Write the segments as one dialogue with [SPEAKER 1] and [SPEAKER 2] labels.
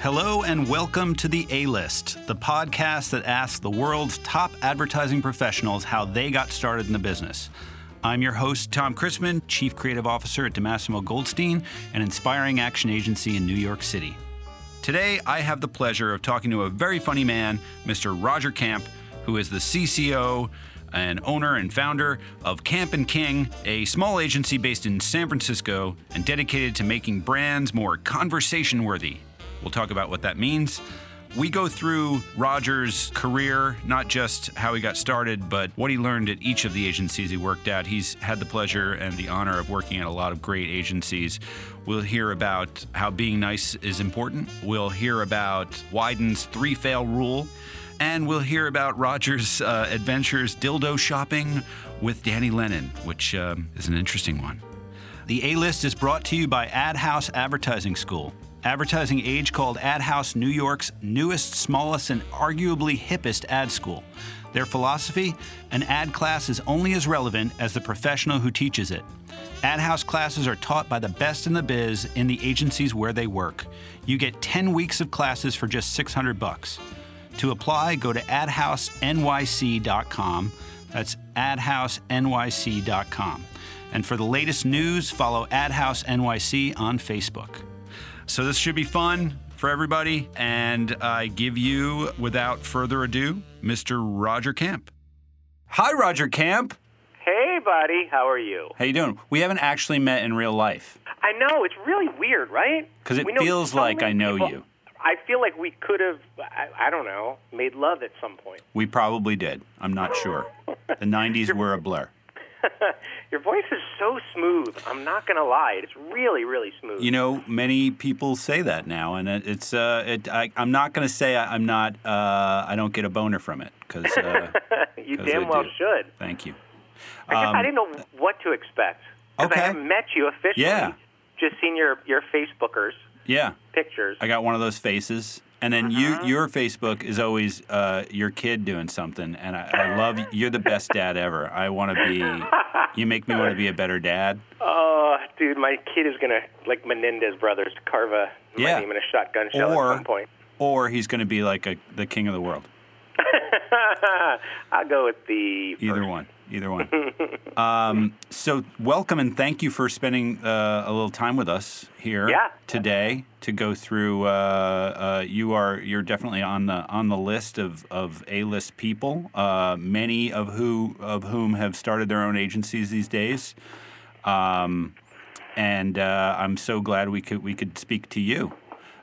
[SPEAKER 1] Hello and welcome to the A List, the podcast that asks the world's top advertising professionals how they got started in the business. I'm your host, Tom Chrisman, Chief Creative Officer at DeMassimo Goldstein, an inspiring action agency in New York City. Today, I have the pleasure of talking to a very funny man, Mr. Roger Camp, who is the CCO and owner and founder of Camp and King, a small agency based in San Francisco and dedicated to making brands more conversation worthy. We'll talk about what that means. We go through Roger's career, not just how he got started, but what he learned at each of the agencies he worked at. He's had the pleasure and the honor of working at a lot of great agencies. We'll hear about how being nice is important. We'll hear about Wyden's three fail rule. And we'll hear about Roger's uh, adventures dildo shopping with Danny Lennon, which um, is an interesting one. The A List is brought to you by Ad House Advertising School. Advertising age called Ad House New York's newest, smallest, and arguably hippest ad school. Their philosophy an ad class is only as relevant as the professional who teaches it. Ad House classes are taught by the best in the biz in the agencies where they work. You get 10 weeks of classes for just 600 bucks. To apply, go to adhousenyc.com. That's adhousenyc.com. And for the latest news, follow Adhouse NYC on Facebook. So this should be fun for everybody. And I give you, without further ado, Mr. Roger Camp. Hi, Roger Camp.
[SPEAKER 2] Hey, buddy, how are you?
[SPEAKER 1] How you doing? We haven't actually met in real life
[SPEAKER 2] I know it's really weird, right?
[SPEAKER 1] because it
[SPEAKER 2] We know
[SPEAKER 1] feels
[SPEAKER 2] so
[SPEAKER 1] like
[SPEAKER 2] many
[SPEAKER 1] I know
[SPEAKER 2] people-
[SPEAKER 1] you.
[SPEAKER 2] I feel like we could have, I, I don't know, made love at some point.
[SPEAKER 1] We probably did. I'm not sure. The 90s were a blur.
[SPEAKER 2] Your voice is so smooth. I'm not gonna lie, it's really, really smooth.
[SPEAKER 1] You know, many people say that now, and it, it's. Uh, it, I, I'm not going to say I, I'm not. Uh, I don't get a boner from it because. Uh,
[SPEAKER 2] you
[SPEAKER 1] 'cause I
[SPEAKER 2] damn well
[SPEAKER 1] do.
[SPEAKER 2] should.
[SPEAKER 1] Thank you.
[SPEAKER 2] I guess I didn't know what to expect because
[SPEAKER 1] okay.
[SPEAKER 2] I haven't met you officially.
[SPEAKER 1] Yeah.
[SPEAKER 2] Just seen your your Facebookers
[SPEAKER 1] Yeah,
[SPEAKER 2] pictures.
[SPEAKER 1] I got one of those faces, and then you. Your Facebook is always uh, your kid doing something, and I, I love. You're the best dad ever. I want to be. You make me want to be a better dad.
[SPEAKER 2] oh, dude, my kid is gonna like Menendez brothers carve a my
[SPEAKER 1] Yeah.
[SPEAKER 2] name in a shotgun shell
[SPEAKER 1] Or-
[SPEAKER 2] at some point.
[SPEAKER 1] Or he's going to be like a, the king of the world.
[SPEAKER 2] I'll go with the
[SPEAKER 1] Either one. Either one. um, so, welcome and thank you for spending uh, a little time with us here
[SPEAKER 2] Yeah.
[SPEAKER 1] today to go through. Uh, uh, you are you're definitely on the on the list of of A list people, uh, many of who of whom have started their own agencies these days. Um, and uh, I'm so glad we could we could speak to you.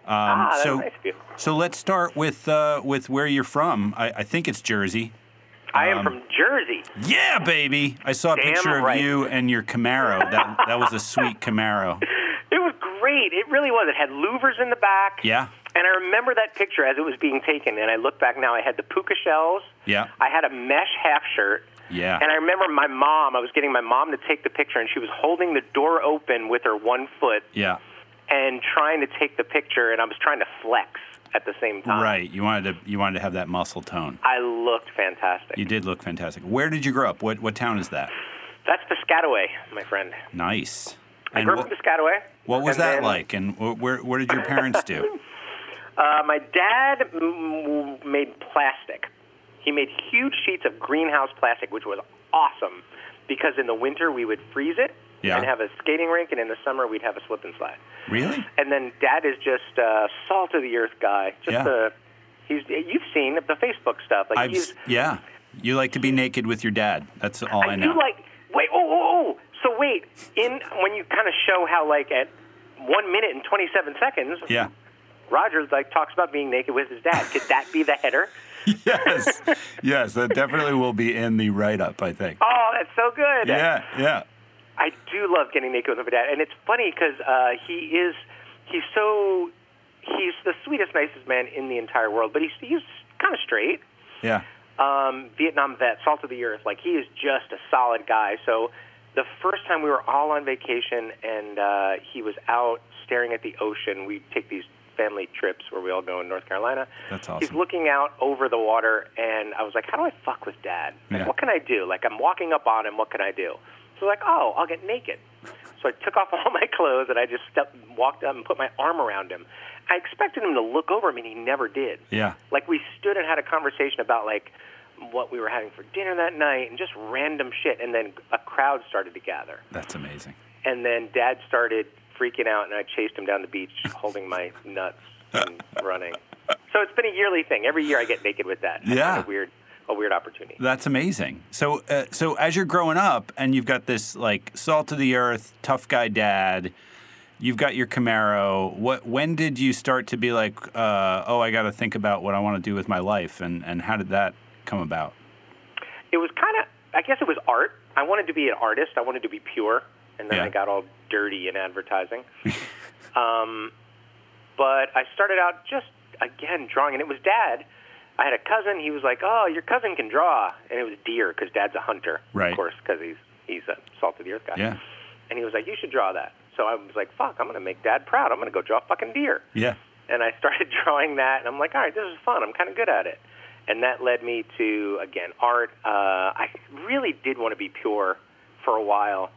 [SPEAKER 1] Um,
[SPEAKER 2] Ah, that's
[SPEAKER 1] so,
[SPEAKER 2] nice of you.
[SPEAKER 1] so let's start with uh, with where you're from. I, I think it's Jersey.
[SPEAKER 2] I
[SPEAKER 1] um,
[SPEAKER 2] am from Jersey.
[SPEAKER 1] Yeah, baby. I saw a
[SPEAKER 2] Damn
[SPEAKER 1] picture of
[SPEAKER 2] right.
[SPEAKER 1] you and your Camaro. That that was a sweet Camaro.
[SPEAKER 2] It was great. It really was. It had louvers in the back.
[SPEAKER 1] Yeah.
[SPEAKER 2] And I remember that picture as it was being taken. And I look back now. I had the puka shells.
[SPEAKER 1] Yeah.
[SPEAKER 2] I had a mesh half shirt.
[SPEAKER 1] Yeah.
[SPEAKER 2] And I remember my mom. I was getting my mom to take the picture, and she was holding the door open with her one foot
[SPEAKER 1] Yeah.
[SPEAKER 2] and trying to take the picture. And I was trying to flex at the same time.
[SPEAKER 1] Right. You wanted to you wanted to have that muscle tone.
[SPEAKER 2] I looked fantastic.
[SPEAKER 1] You did look fantastic. Where did you grow up? What what town is that?
[SPEAKER 2] That's Piscataway, my friend.
[SPEAKER 1] Nice.
[SPEAKER 2] I grew up
[SPEAKER 1] wh-
[SPEAKER 2] in Piscataway.
[SPEAKER 1] what was
[SPEAKER 2] and
[SPEAKER 1] that
[SPEAKER 2] then-
[SPEAKER 1] like? And wh- where what did your parents do?
[SPEAKER 2] Uh, my dad mm, made plastic. He made huge sheets of greenhouse plastic, which was awesome because in the winter we would freeze it
[SPEAKER 1] Yeah.
[SPEAKER 2] and have a skating rink, and in the summer we'd have a slip and slide.
[SPEAKER 1] Really?
[SPEAKER 2] And then dad is just a salt of the earth guy. Just
[SPEAKER 1] Yeah.
[SPEAKER 2] a, he's you've seen the Facebook stuff. Like
[SPEAKER 1] I've
[SPEAKER 2] he's,
[SPEAKER 1] s- yeah. You like to be naked with your dad. That's all I,
[SPEAKER 2] I
[SPEAKER 1] know.
[SPEAKER 2] do like wait oh oh oh. So wait, in when you kind of show how like at one minute and twenty seven seconds,
[SPEAKER 1] yeah.
[SPEAKER 2] Rogers like talks about being naked with his dad. Could that be the header?
[SPEAKER 1] Yes. yes, that definitely will be in the write up, I think.
[SPEAKER 2] Oh, that's so good.
[SPEAKER 1] Yeah, yeah.
[SPEAKER 2] I do love getting naked with my dad, and it's funny because uh, he is—he's so—he's the sweetest, nicest man in the entire world. But he's he's kind of straight,
[SPEAKER 1] Yeah.
[SPEAKER 2] um, Vietnam vet, salt of the earth. Like he is just a solid guy. So the first time we were all on vacation, and uh, he was out staring at the ocean. We take these family trips where we all go in North Carolina.
[SPEAKER 1] That's
[SPEAKER 2] He's
[SPEAKER 1] awesome.
[SPEAKER 2] looking out over the water, and I was like, "How do I fuck with Dad? Like,
[SPEAKER 1] Yeah.
[SPEAKER 2] What can I do? Like, I'm walking up on him. What can I do?" So like, "Oh, I'll get naked." So I took off all my clothes and I just stepped, walked up and put my arm around him. I expected him to look over me, and he never did.
[SPEAKER 1] Yeah.
[SPEAKER 2] Like we stood and had a conversation about like what we were having for dinner that night and just random shit. And then a crowd started to gather.
[SPEAKER 1] That's amazing.
[SPEAKER 2] And then Dad started freaking out, and I chased him down the beach, holding my nuts and running. So it's been a yearly thing. Every year I get naked with that. I
[SPEAKER 1] Yeah.
[SPEAKER 2] find a weird, a weird opportunity.
[SPEAKER 1] That's amazing. So, uh, so as you're growing up, and you've got this like salt of the earth, tough guy dad. You've got your Camaro. What? When did you start to be like, uh, oh, I got to think about what I want to do with my life, and and how did that come about?
[SPEAKER 2] it was kind of i guess it was art i wanted to be an artist i wanted to be pure and then
[SPEAKER 1] Yeah.
[SPEAKER 2] i got all dirty in advertising um, but i started out just again drawing and it was dad i had a cousin he was like oh your cousin can draw and it was deer because dad's a hunter
[SPEAKER 1] Right.
[SPEAKER 2] of course because he's he's a salt of the earth guy
[SPEAKER 1] Yeah.
[SPEAKER 2] and he was like you should draw that so i was like fuck i'm going to make dad proud i'm going to go draw fucking deer
[SPEAKER 1] Yeah.
[SPEAKER 2] and I started drawing that, and I'm like, all right, this is fun. I'm kind of good at it, and that led me to again art. Uh, I really did want to be pure for a while.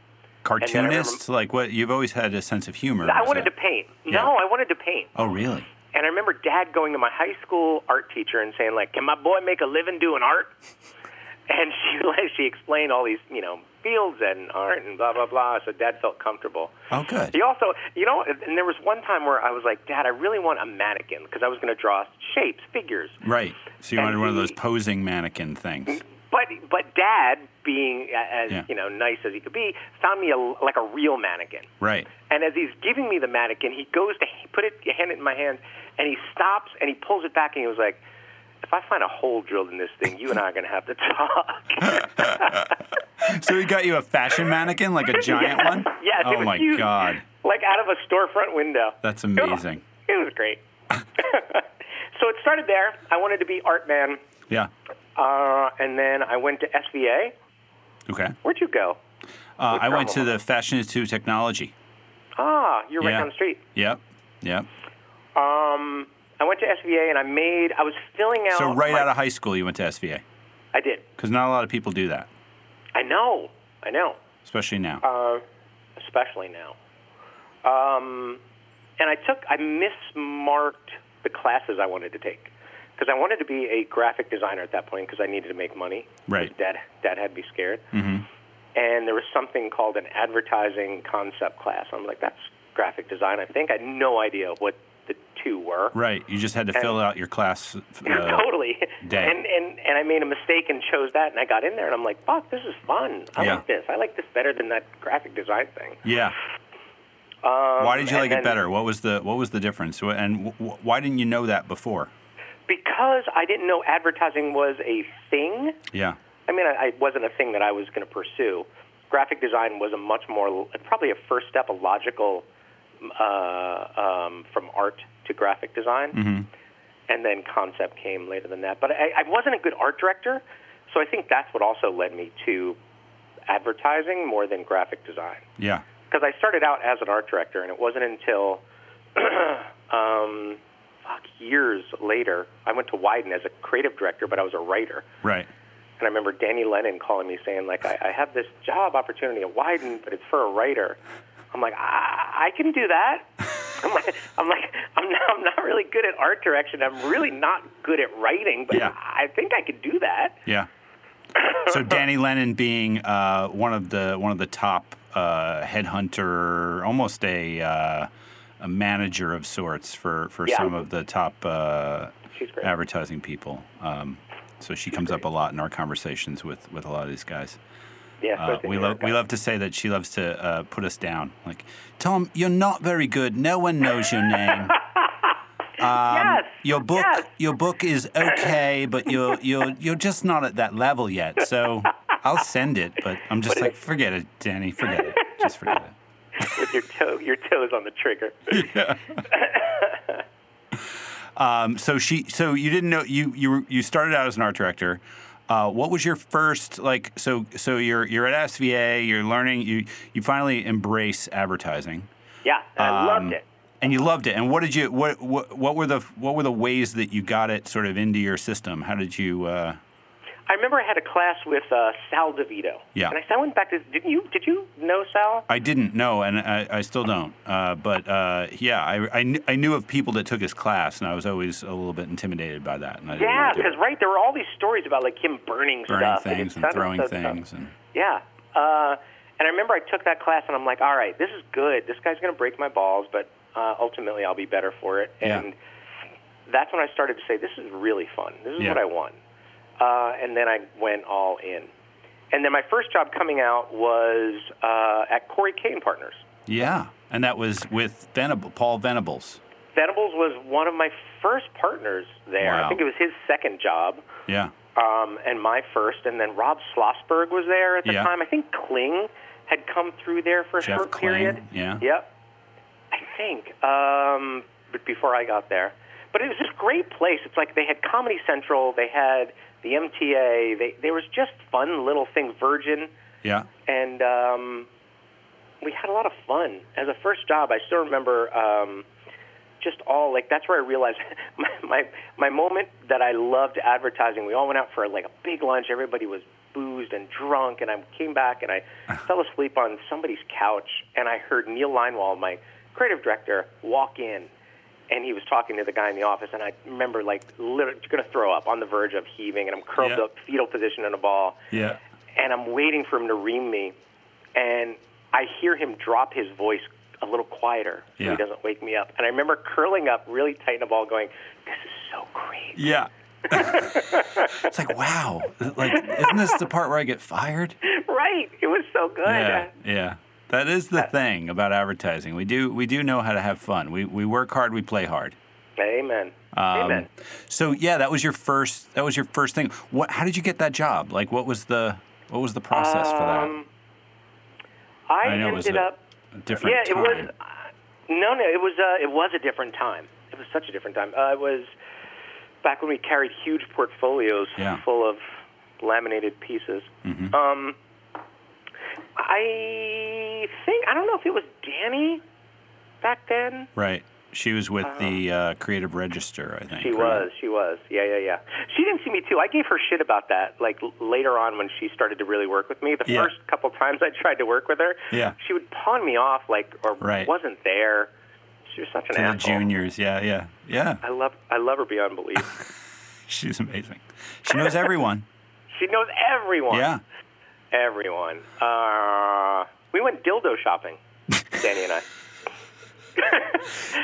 [SPEAKER 1] Cartoonist,
[SPEAKER 2] then I
[SPEAKER 1] like what? You've always had a sense of humor.
[SPEAKER 2] I
[SPEAKER 1] is
[SPEAKER 2] wanted
[SPEAKER 1] that-
[SPEAKER 2] to paint.
[SPEAKER 1] Yeah.
[SPEAKER 2] No, I wanted to paint.
[SPEAKER 1] Oh, really?
[SPEAKER 2] And I remember Dad going to my high school art teacher and saying, like, can my boy make a living doing art? And she like she explained all these you know fields and art and blah blah blah. So Dad felt comfortable.
[SPEAKER 1] Oh, good.
[SPEAKER 2] He also, you know, and there was one time where I was like, Dad, I really want a mannequin because I was going to draw shapes, figures.
[SPEAKER 1] Right. So you
[SPEAKER 2] And
[SPEAKER 1] wanted one of those
[SPEAKER 2] he-
[SPEAKER 1] posing mannequin things.
[SPEAKER 2] But but Dad, being a- as
[SPEAKER 1] Yeah.
[SPEAKER 2] you know nice as he could be, found me a, like a real mannequin.
[SPEAKER 1] Right.
[SPEAKER 2] And as he's giving me the mannequin, he goes to h- put it hand it in my hand, and he stops and he pulls it back and he was like, "If I find a hole drilled in this thing, you and I are going to have to talk."
[SPEAKER 1] So he got you a fashion mannequin, like a giant
[SPEAKER 2] yes,
[SPEAKER 1] one.
[SPEAKER 2] Yes. it
[SPEAKER 1] Oh
[SPEAKER 2] was
[SPEAKER 1] my
[SPEAKER 2] huge,
[SPEAKER 1] god.
[SPEAKER 2] Like out of a storefront window.
[SPEAKER 1] That's
[SPEAKER 2] It was-
[SPEAKER 1] amazing.
[SPEAKER 2] It was great. so it started there. I wanted to be art man,
[SPEAKER 1] Yeah.
[SPEAKER 2] uh, and then I went to SVA.
[SPEAKER 1] Okay.
[SPEAKER 2] Where'd you go?
[SPEAKER 1] Uh, I went to
[SPEAKER 2] drama?
[SPEAKER 1] the Fashion Institute of Technology.
[SPEAKER 2] Ah, you're right
[SPEAKER 1] Yeah.
[SPEAKER 2] down the street.
[SPEAKER 1] Yep. Yep.
[SPEAKER 2] Um, I went to SVA and I made. I was filling out.
[SPEAKER 1] So right
[SPEAKER 2] my-
[SPEAKER 1] out of high school, you went to SVA
[SPEAKER 2] I did.
[SPEAKER 1] because not a lot of people do that,
[SPEAKER 2] I know. I know.
[SPEAKER 1] especially now.
[SPEAKER 2] Uh, especially now. Um, and I took. I mismarked the classes I wanted to take because I wanted to be a graphic designer at that point because I needed to make money.
[SPEAKER 1] Right. Mm-hmm.
[SPEAKER 2] Dad, Dad had me scared. And there was something called an advertising concept class. I'm like, that's graphic design. I think I had no idea what the two were.
[SPEAKER 1] right. You just had to fill out your class. Uh,
[SPEAKER 2] totally.
[SPEAKER 1] day.
[SPEAKER 2] And, and and I made a mistake and chose that, and I got in there, and I'm like, fuck, this is fun. I
[SPEAKER 1] Yeah.
[SPEAKER 2] like this. I like this better than that graphic design thing.
[SPEAKER 1] yeah.
[SPEAKER 2] Um,
[SPEAKER 1] Why did you
[SPEAKER 2] and
[SPEAKER 1] like
[SPEAKER 2] then-
[SPEAKER 1] it better? What was the What was the difference? Wh- And wh- wh- why didn't you know that before?
[SPEAKER 2] Because I didn't know advertising was a thing.
[SPEAKER 1] Yeah.
[SPEAKER 2] I mean, I, it wasn't a thing that I was going to pursue. Graphic design was a much more, probably a first step, a logical, uh, um, from art to graphic design. And then concept came later than that. But I, I wasn't a good art director, so I think that's what also led me to advertising more than graphic design.
[SPEAKER 1] Yeah.
[SPEAKER 2] Because I started out as an art director, and it wasn't until um, fuck, years later, I went to Wyden as a creative director, but I was a writer.
[SPEAKER 1] Right.
[SPEAKER 2] And I remember Danny Lennon calling me saying, like, I, I have this job opportunity at Wyden, but it's for a writer. I'm like, I, I can do that. I'm like, I'm like, I'm not, I'm not really good at art direction. I'm really not good at writing, but
[SPEAKER 1] Yeah.
[SPEAKER 2] I think I could do that.
[SPEAKER 1] Yeah. So Danny Lennon being uh, one of the one of the top uh, headhunter, almost a uh, a manager of sorts for for
[SPEAKER 2] Yeah.
[SPEAKER 1] some of the top uh,
[SPEAKER 2] She's great.
[SPEAKER 1] advertising people. Um, so she comes up a lot in our conversations with with a lot of these guys.
[SPEAKER 2] Yeah,
[SPEAKER 1] Uh,
[SPEAKER 2] especially
[SPEAKER 1] we
[SPEAKER 2] New
[SPEAKER 1] love
[SPEAKER 2] York
[SPEAKER 1] we
[SPEAKER 2] guy.
[SPEAKER 1] love to say that she loves to uh, put us down. Like Tom, you're not very good. No one knows your name.
[SPEAKER 2] yes,
[SPEAKER 1] um, Your book,
[SPEAKER 2] Yes.
[SPEAKER 1] your book is okay, but you're you're you're just not at that level yet. So I'll send it, but I'm just like, forget it, Danny. Forget it. Just forget it.
[SPEAKER 2] with your toe, your toes on the trigger.
[SPEAKER 1] Um, so she, so you didn't know you you were- you started out as an art director. Uh, what was your first like? So so you're you're at SVA. You're learning. You you finally embrace advertising.
[SPEAKER 2] Yeah, and I
[SPEAKER 1] Um,
[SPEAKER 2] loved it.
[SPEAKER 1] And you loved it. And what did you what, what what were the what were the ways that you got it sort of into your system? How did you? Uh,
[SPEAKER 2] I remember I had a class with uh, Sal DeVito.
[SPEAKER 1] Yeah.
[SPEAKER 2] And I, said, I went back to did you did you know Sal?
[SPEAKER 1] I didn't know, and I, I still don't. Uh, but uh, yeah, I, I, kn- I knew of people that took his class, and I was always a little bit intimidated by that. And I didn't
[SPEAKER 2] yeah,
[SPEAKER 1] wanna do it.
[SPEAKER 2] because right there were all these stories about like him burning,
[SPEAKER 1] burning
[SPEAKER 2] stuff
[SPEAKER 1] things
[SPEAKER 2] it
[SPEAKER 1] and
[SPEAKER 2] sounded
[SPEAKER 1] throwing
[SPEAKER 2] so- so-
[SPEAKER 1] things and
[SPEAKER 2] Yeah. Uh, and I remember I took that class and I'm like, all right, this is good. This guy's going to break my balls, but uh, ultimately I'll be better for it.
[SPEAKER 1] Yeah.
[SPEAKER 2] And that's when I started to say, this is really fun. This is
[SPEAKER 1] Yeah.
[SPEAKER 2] what I want. Uh, and then I went all in. And then my first job coming out was uh, at Corey Kane Partners.
[SPEAKER 1] yeah, and that was with Venable, Paul Venables.
[SPEAKER 2] Venables was one of my first partners there.
[SPEAKER 1] Wow.
[SPEAKER 2] I think it was his second job.
[SPEAKER 1] Yeah,
[SPEAKER 2] um, and my first, and then Rob Slosberg was there at the
[SPEAKER 1] Yeah.
[SPEAKER 2] time. I think Kling had come through there for a
[SPEAKER 1] Jeff
[SPEAKER 2] short
[SPEAKER 1] Kling,
[SPEAKER 2] period.
[SPEAKER 1] yeah.
[SPEAKER 2] Yep. I think, um, but before I got there. But it was this great place. It's like they had Comedy Central, they had the MTA, they, there was just fun little things, Virgin,
[SPEAKER 1] yeah,
[SPEAKER 2] and um, we had a lot of fun. As a first job, I still remember um, just all like that's where I realized my, my my moment that I loved advertising. We all went out for like a big lunch. Everybody was boozed and drunk, and I came back and I fell asleep on somebody's couch, and I heard Neil Linewald, my creative director, walk in. And he was talking to the guy in the office, and I remember like literally going to throw up on the verge of heaving, and I'm curled
[SPEAKER 1] Yeah.
[SPEAKER 2] up, fetal position in a ball
[SPEAKER 1] yeah.
[SPEAKER 2] and I'm waiting for him to ream me, and I hear him drop his voice a little quieter so
[SPEAKER 1] Yeah.
[SPEAKER 2] he doesn't wake me up. And I remember curling up really tight in a ball, going, "This is so great."
[SPEAKER 1] Yeah. it's like wow, like isn't this the part where I get fired?
[SPEAKER 2] right? It was so good.
[SPEAKER 1] Yeah, yeah. That is the thing about advertising. We do we do know how to have fun. We we work hard, we play hard.
[SPEAKER 2] Amen.
[SPEAKER 1] Um,
[SPEAKER 2] Amen.
[SPEAKER 1] So yeah, that was your first. That was your first thing. What? How did you get that job? Like, what was the what was the process for that?
[SPEAKER 2] Um, I,
[SPEAKER 1] I know it was
[SPEAKER 2] ended
[SPEAKER 1] a
[SPEAKER 2] up.
[SPEAKER 1] a different
[SPEAKER 2] yeah,
[SPEAKER 1] time.
[SPEAKER 2] it was. Uh, no, no, it was. Uh, it was a different time. It was such a different time. Uh, it was back when we carried huge portfolios
[SPEAKER 1] Yeah. Mm-hmm.
[SPEAKER 2] full of laminated pieces. Um, I think I don't know if it was Danny back then.
[SPEAKER 1] right. She was with the uh, Creative Register, I think.
[SPEAKER 2] She
[SPEAKER 1] right?
[SPEAKER 2] was. She was. Yeah, yeah, yeah. She didn't see me too. I gave her shit about that. Like l- later on, when she started to really work with me, the
[SPEAKER 1] Yeah.
[SPEAKER 2] first couple times I tried to work with her,
[SPEAKER 1] Yeah.
[SPEAKER 2] she would pawn me off, like or
[SPEAKER 1] Right.
[SPEAKER 2] wasn't there. She was such an
[SPEAKER 1] To the
[SPEAKER 2] asshole.
[SPEAKER 1] juniors. Yeah, yeah, yeah.
[SPEAKER 2] I love, I love her beyond belief.
[SPEAKER 1] She's amazing. She knows everyone.
[SPEAKER 2] she knows everyone.
[SPEAKER 1] yeah.
[SPEAKER 2] Everyone. Uh, we went dildo shopping, Danny and I.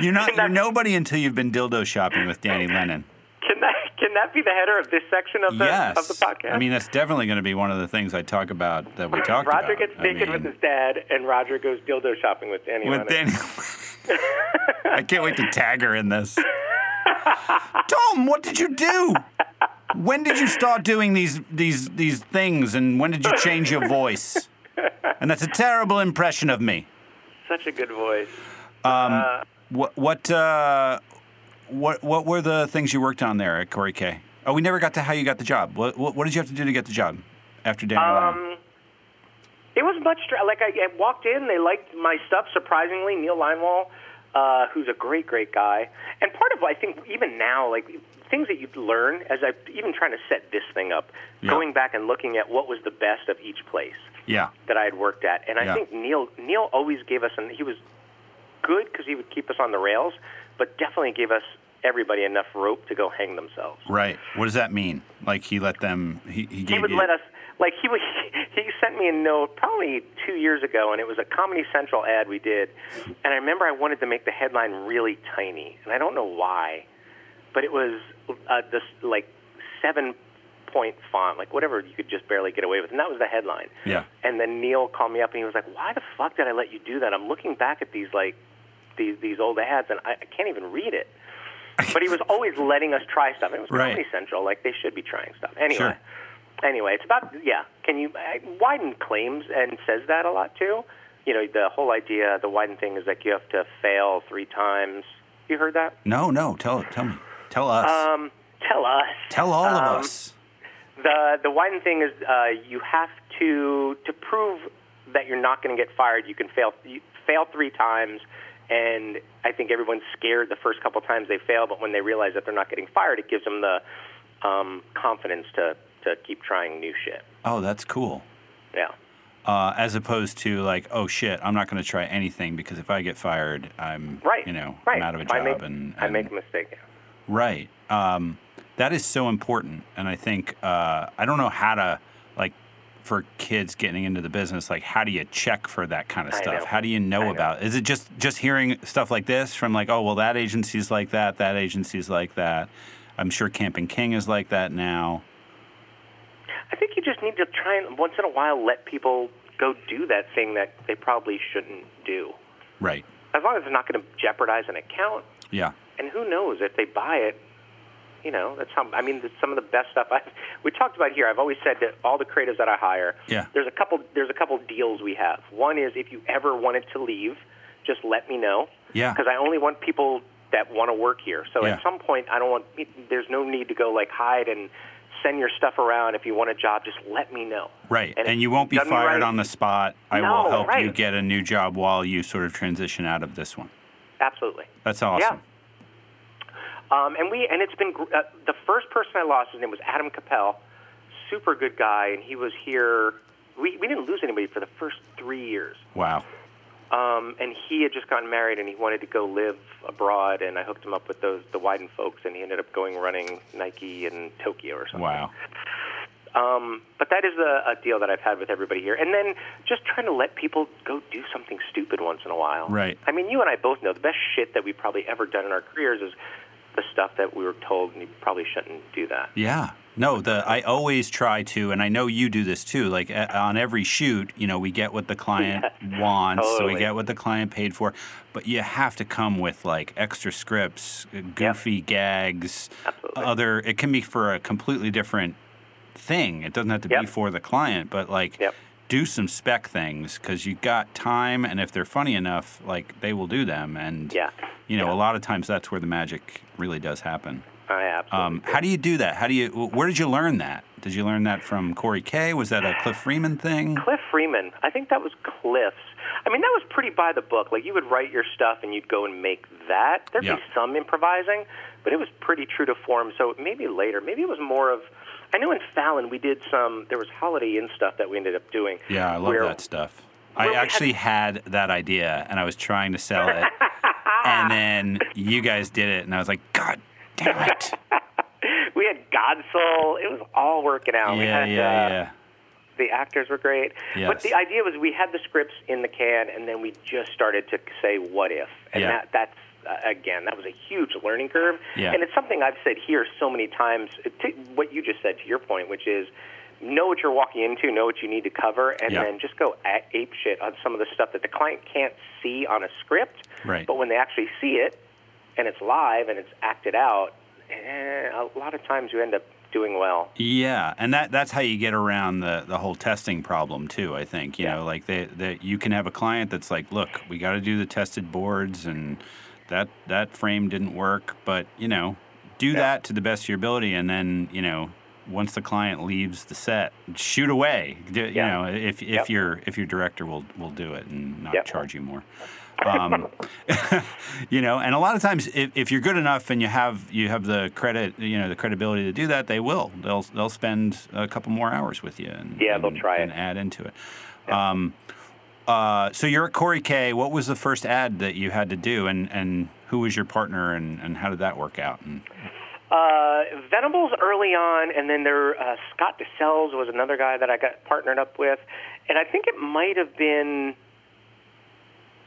[SPEAKER 1] You're not. You're nobody until you've been dildo shopping with Danny Lennon.
[SPEAKER 2] Can that can that be the header of this section of the
[SPEAKER 1] yes.
[SPEAKER 2] of the podcast?
[SPEAKER 1] I mean, that's definitely going to be one of the things I talk about that we talked about.
[SPEAKER 2] Roger gets
[SPEAKER 1] I
[SPEAKER 2] naked with
[SPEAKER 1] mean,
[SPEAKER 2] his dad, and Roger goes dildo shopping with Danny.
[SPEAKER 1] with
[SPEAKER 2] Lennon.
[SPEAKER 1] Danny. I can't wait to tag her in this. Tom, what did you do? When did you start doing these these these things, and when did you change your voice? And that's a terrible impression of me.
[SPEAKER 2] Such a good voice.
[SPEAKER 1] What what uh, what what were the things you worked on there at Corey K? Oh, we never got to how you got the job. What what, what did you have to do to get the job after Danny? Lennon?
[SPEAKER 2] Um, it was much str- like I, I walked in. They liked my stuff. Surprisingly, Neil Linewall, uh, who's a great, great guy, and part of I think even now, like things that you learn as I even trying to set this thing up,
[SPEAKER 1] Yeah.
[SPEAKER 2] going back and looking at what was the best of each place.
[SPEAKER 1] yeah,
[SPEAKER 2] that I had worked at, and I
[SPEAKER 1] Yeah.
[SPEAKER 2] think Neil Neil always gave us, and he was good because he would keep us on the rails, but definitely gave us everybody enough rope to go hang themselves.
[SPEAKER 1] right. What does that mean? Like he let them? He he, gave
[SPEAKER 2] He would
[SPEAKER 1] you-
[SPEAKER 2] let us like he would he sent me a note probably two years ago, and it was a Comedy Central ad we did, and I remember I wanted to make the headline really tiny, and I don't know why, but it was uh, this like seven point font, like whatever you could just barely get away with, and that was the headline.
[SPEAKER 1] Yeah.
[SPEAKER 2] And then Neil called me up and he was like, "Why the fuck did I let you do that?" I'm looking back at these like these these old ads and I, I can't even read it. But he was always letting us try stuff. It was
[SPEAKER 1] Right.
[SPEAKER 2] Comedy Central, like they should be trying stuff. Anyway,
[SPEAKER 1] Sure.
[SPEAKER 2] anyway, it's about yeah. Can you I, Wyden claims and says that a lot too? You know, the whole idea, the Wyden thing is like you have to fail three times. You heard that?
[SPEAKER 1] No, no. Tell tell me. Tell us.
[SPEAKER 2] Um, tell us.
[SPEAKER 1] tell all
[SPEAKER 2] um,
[SPEAKER 1] of us.
[SPEAKER 2] The the Wyden thing is uh, you have to to prove that you're not going to get fired. You can fail you fail three times, and I think everyone's scared the first couple times they fail. But when they realize that they're not getting fired, it gives them the um, confidence to to keep trying new shit.
[SPEAKER 1] Oh, that's cool.
[SPEAKER 2] Yeah.
[SPEAKER 1] Uh, as opposed to like, oh shit, I'm not going to try anything because if I get fired, I'm
[SPEAKER 2] Right.
[SPEAKER 1] you know,
[SPEAKER 2] right.
[SPEAKER 1] I'm out of a
[SPEAKER 2] If I
[SPEAKER 1] job
[SPEAKER 2] make,
[SPEAKER 1] and,
[SPEAKER 2] I
[SPEAKER 1] and-
[SPEAKER 2] make a mistake.
[SPEAKER 1] Right. Um, that is so important, and I think uh, I don't know how to like for kids getting into the business. Like, how do you check for that kind of
[SPEAKER 2] I
[SPEAKER 1] stuff?
[SPEAKER 2] know.
[SPEAKER 1] How do you know,
[SPEAKER 2] I know.
[SPEAKER 1] about? Is it just just hearing stuff like this from like, oh well, that agency's like that, that agency's like that. I'm sure Camping King is like that now.
[SPEAKER 2] I think you just need to try and once in a while let people go do that thing that they probably shouldn't do.
[SPEAKER 1] Right.
[SPEAKER 2] As long as it's not going to jeopardize an account,
[SPEAKER 1] Yeah.
[SPEAKER 2] and who knows if they buy it you know that's how i mean that's some of the best stuff i we talked about here i've always said that all the creatives that i hire
[SPEAKER 1] Yeah.
[SPEAKER 2] there's a couple there's a couple deals we have one is if you ever wanted to leave just let me know
[SPEAKER 1] Yeah.
[SPEAKER 2] because i only want people that want to work here so
[SPEAKER 1] Yeah.
[SPEAKER 2] at some point i don't want there's no need to go like hide and send your stuff around if you want a job just let me know
[SPEAKER 1] Right. And,
[SPEAKER 2] if
[SPEAKER 1] you won't be
[SPEAKER 2] you've done me
[SPEAKER 1] fired
[SPEAKER 2] right-
[SPEAKER 1] on the spot. I will
[SPEAKER 2] No,
[SPEAKER 1] help you
[SPEAKER 2] right.
[SPEAKER 1] get a new job while you sort of transition out of this one.
[SPEAKER 2] absolutely
[SPEAKER 1] That's awesome.
[SPEAKER 2] Um, and we and it's been gr- uh, the first person I lost. His name was Adam Capel, super good guy, and he was here. We we didn't lose anybody for the first three years.
[SPEAKER 1] Wow.
[SPEAKER 2] Um, and he had just gotten married, and he wanted to go live abroad. And I hooked him up with those the Wyden folks, and he ended up going running Nike in Tokyo or something.
[SPEAKER 1] Wow.
[SPEAKER 2] Um, but that is a, a deal that I've had with everybody here. And then just trying to let people go do something stupid once in a while.
[SPEAKER 1] Right.
[SPEAKER 2] I mean, you and I both know the best shit that we've probably ever done in our careers is the stuff that we were told you probably shouldn't do that.
[SPEAKER 1] Yeah. No, the I always try to, and I know you do this too. Like a, on every shoot, you know, we get what the client wants, so we
[SPEAKER 2] totally.
[SPEAKER 1] get what the client paid for. But you have to come with like extra scripts, uh, goofy gags,
[SPEAKER 2] Absolutely.
[SPEAKER 1] other. It can be for a completely different thing. It doesn't have to be
[SPEAKER 2] Yep.
[SPEAKER 1] for the client, but like
[SPEAKER 2] Yep.
[SPEAKER 1] do some spec things because you got time, and if they're funny enough, like they will do them. And
[SPEAKER 2] Yeah.
[SPEAKER 1] you know,
[SPEAKER 2] Yeah.
[SPEAKER 1] a lot of times that's where the magic really does happen.
[SPEAKER 2] I absolutely.
[SPEAKER 1] Um, how do you do that? How do you? Where did you learn that? Did you learn that from Corey Kay? Was that a Cliff Freeman thing?
[SPEAKER 2] Cliff Freeman. I think that was Cliff's. I mean, that was pretty by the book. Like you would write your stuff and you'd go and make that. There'd
[SPEAKER 1] Yeah.
[SPEAKER 2] be some improvising, but it was pretty true to form. So maybe later, maybe it was more of. I know in Fallon we did some. There was Holiday Inn stuff that we ended up doing.
[SPEAKER 1] Yeah, I love
[SPEAKER 2] where-
[SPEAKER 1] that stuff. I
[SPEAKER 2] where we had-
[SPEAKER 1] actually had that idea, and I was trying to sell it, and then you guys did it, and I was like, God damn it!
[SPEAKER 2] We had Godsoul. It was all working out. we
[SPEAKER 1] Yeah, yeah,
[SPEAKER 2] had, uh,
[SPEAKER 1] yeah.
[SPEAKER 2] The actors were great.
[SPEAKER 1] Yes.
[SPEAKER 2] But the idea was we had the scripts in the can, and then we just started to say, what if? And
[SPEAKER 1] Yeah.
[SPEAKER 2] that, that's, uh, again, that was a huge learning curve.
[SPEAKER 1] Yeah.
[SPEAKER 2] And it's something I've said here so many times, uh, to what you just said to your point, which is know what you're walking into, know what you need to cover, and
[SPEAKER 1] Yeah.
[SPEAKER 2] then just go a- ape shit on some of the stuff that the client can't see on a script.
[SPEAKER 1] Right.
[SPEAKER 2] But when they actually see it, and it's live and it's acted out, eh, a lot of times you end up doing well.
[SPEAKER 1] Yeah, and that that's how you get around the the whole testing problem too. I think you know, like they that you can have a client that's like, look, we got to do the tested boards, and that that frame didn't work, but you know, do that to the best of your ability, and then you know, once the client leaves the set, shoot away. Do, You
[SPEAKER 2] Yeah.
[SPEAKER 1] know, if if
[SPEAKER 2] Yep.
[SPEAKER 1] your if your director will will do it and not
[SPEAKER 2] Yep.
[SPEAKER 1] charge you more. Um, you know, and a lot of times, if, if you're good enough and you have you have the credit, you know, the credibility to do that, they will. They'll they'll spend a couple more hours with you and
[SPEAKER 2] Yeah, they'll
[SPEAKER 1] and-
[SPEAKER 2] try it.
[SPEAKER 1] and add into it. Um, uh, so you're at Corey K. What was the first ad that you had to do, and and who was your partner, and and how did that work out? And
[SPEAKER 2] Uh, Venables early on, and then there uh, Scott DeSells was another guy that I got partnered up with, and I think it might have been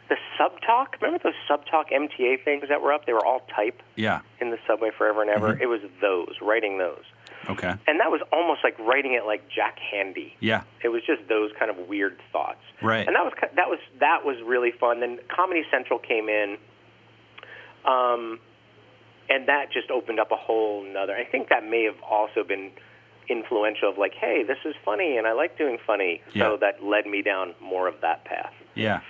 [SPEAKER 2] the Sub Talk. Remember those Sub Talk MTA things that were up? They were all type
[SPEAKER 1] yeah,
[SPEAKER 2] in the subway forever and ever. It was those writing those,
[SPEAKER 1] okay,
[SPEAKER 2] and that was almost like writing it like Jack Handy.
[SPEAKER 1] yeah,
[SPEAKER 2] It was just those kind of weird thoughts.
[SPEAKER 1] Right.
[SPEAKER 2] And that was ki- that was that was really fun. Then Comedy Central came in, um, and that just opened up a whole nother. I think that may have also been influential of like, hey, this is funny, and I like doing funny.
[SPEAKER 1] Yeah.
[SPEAKER 2] So that led me down more of that path.
[SPEAKER 1] yeah.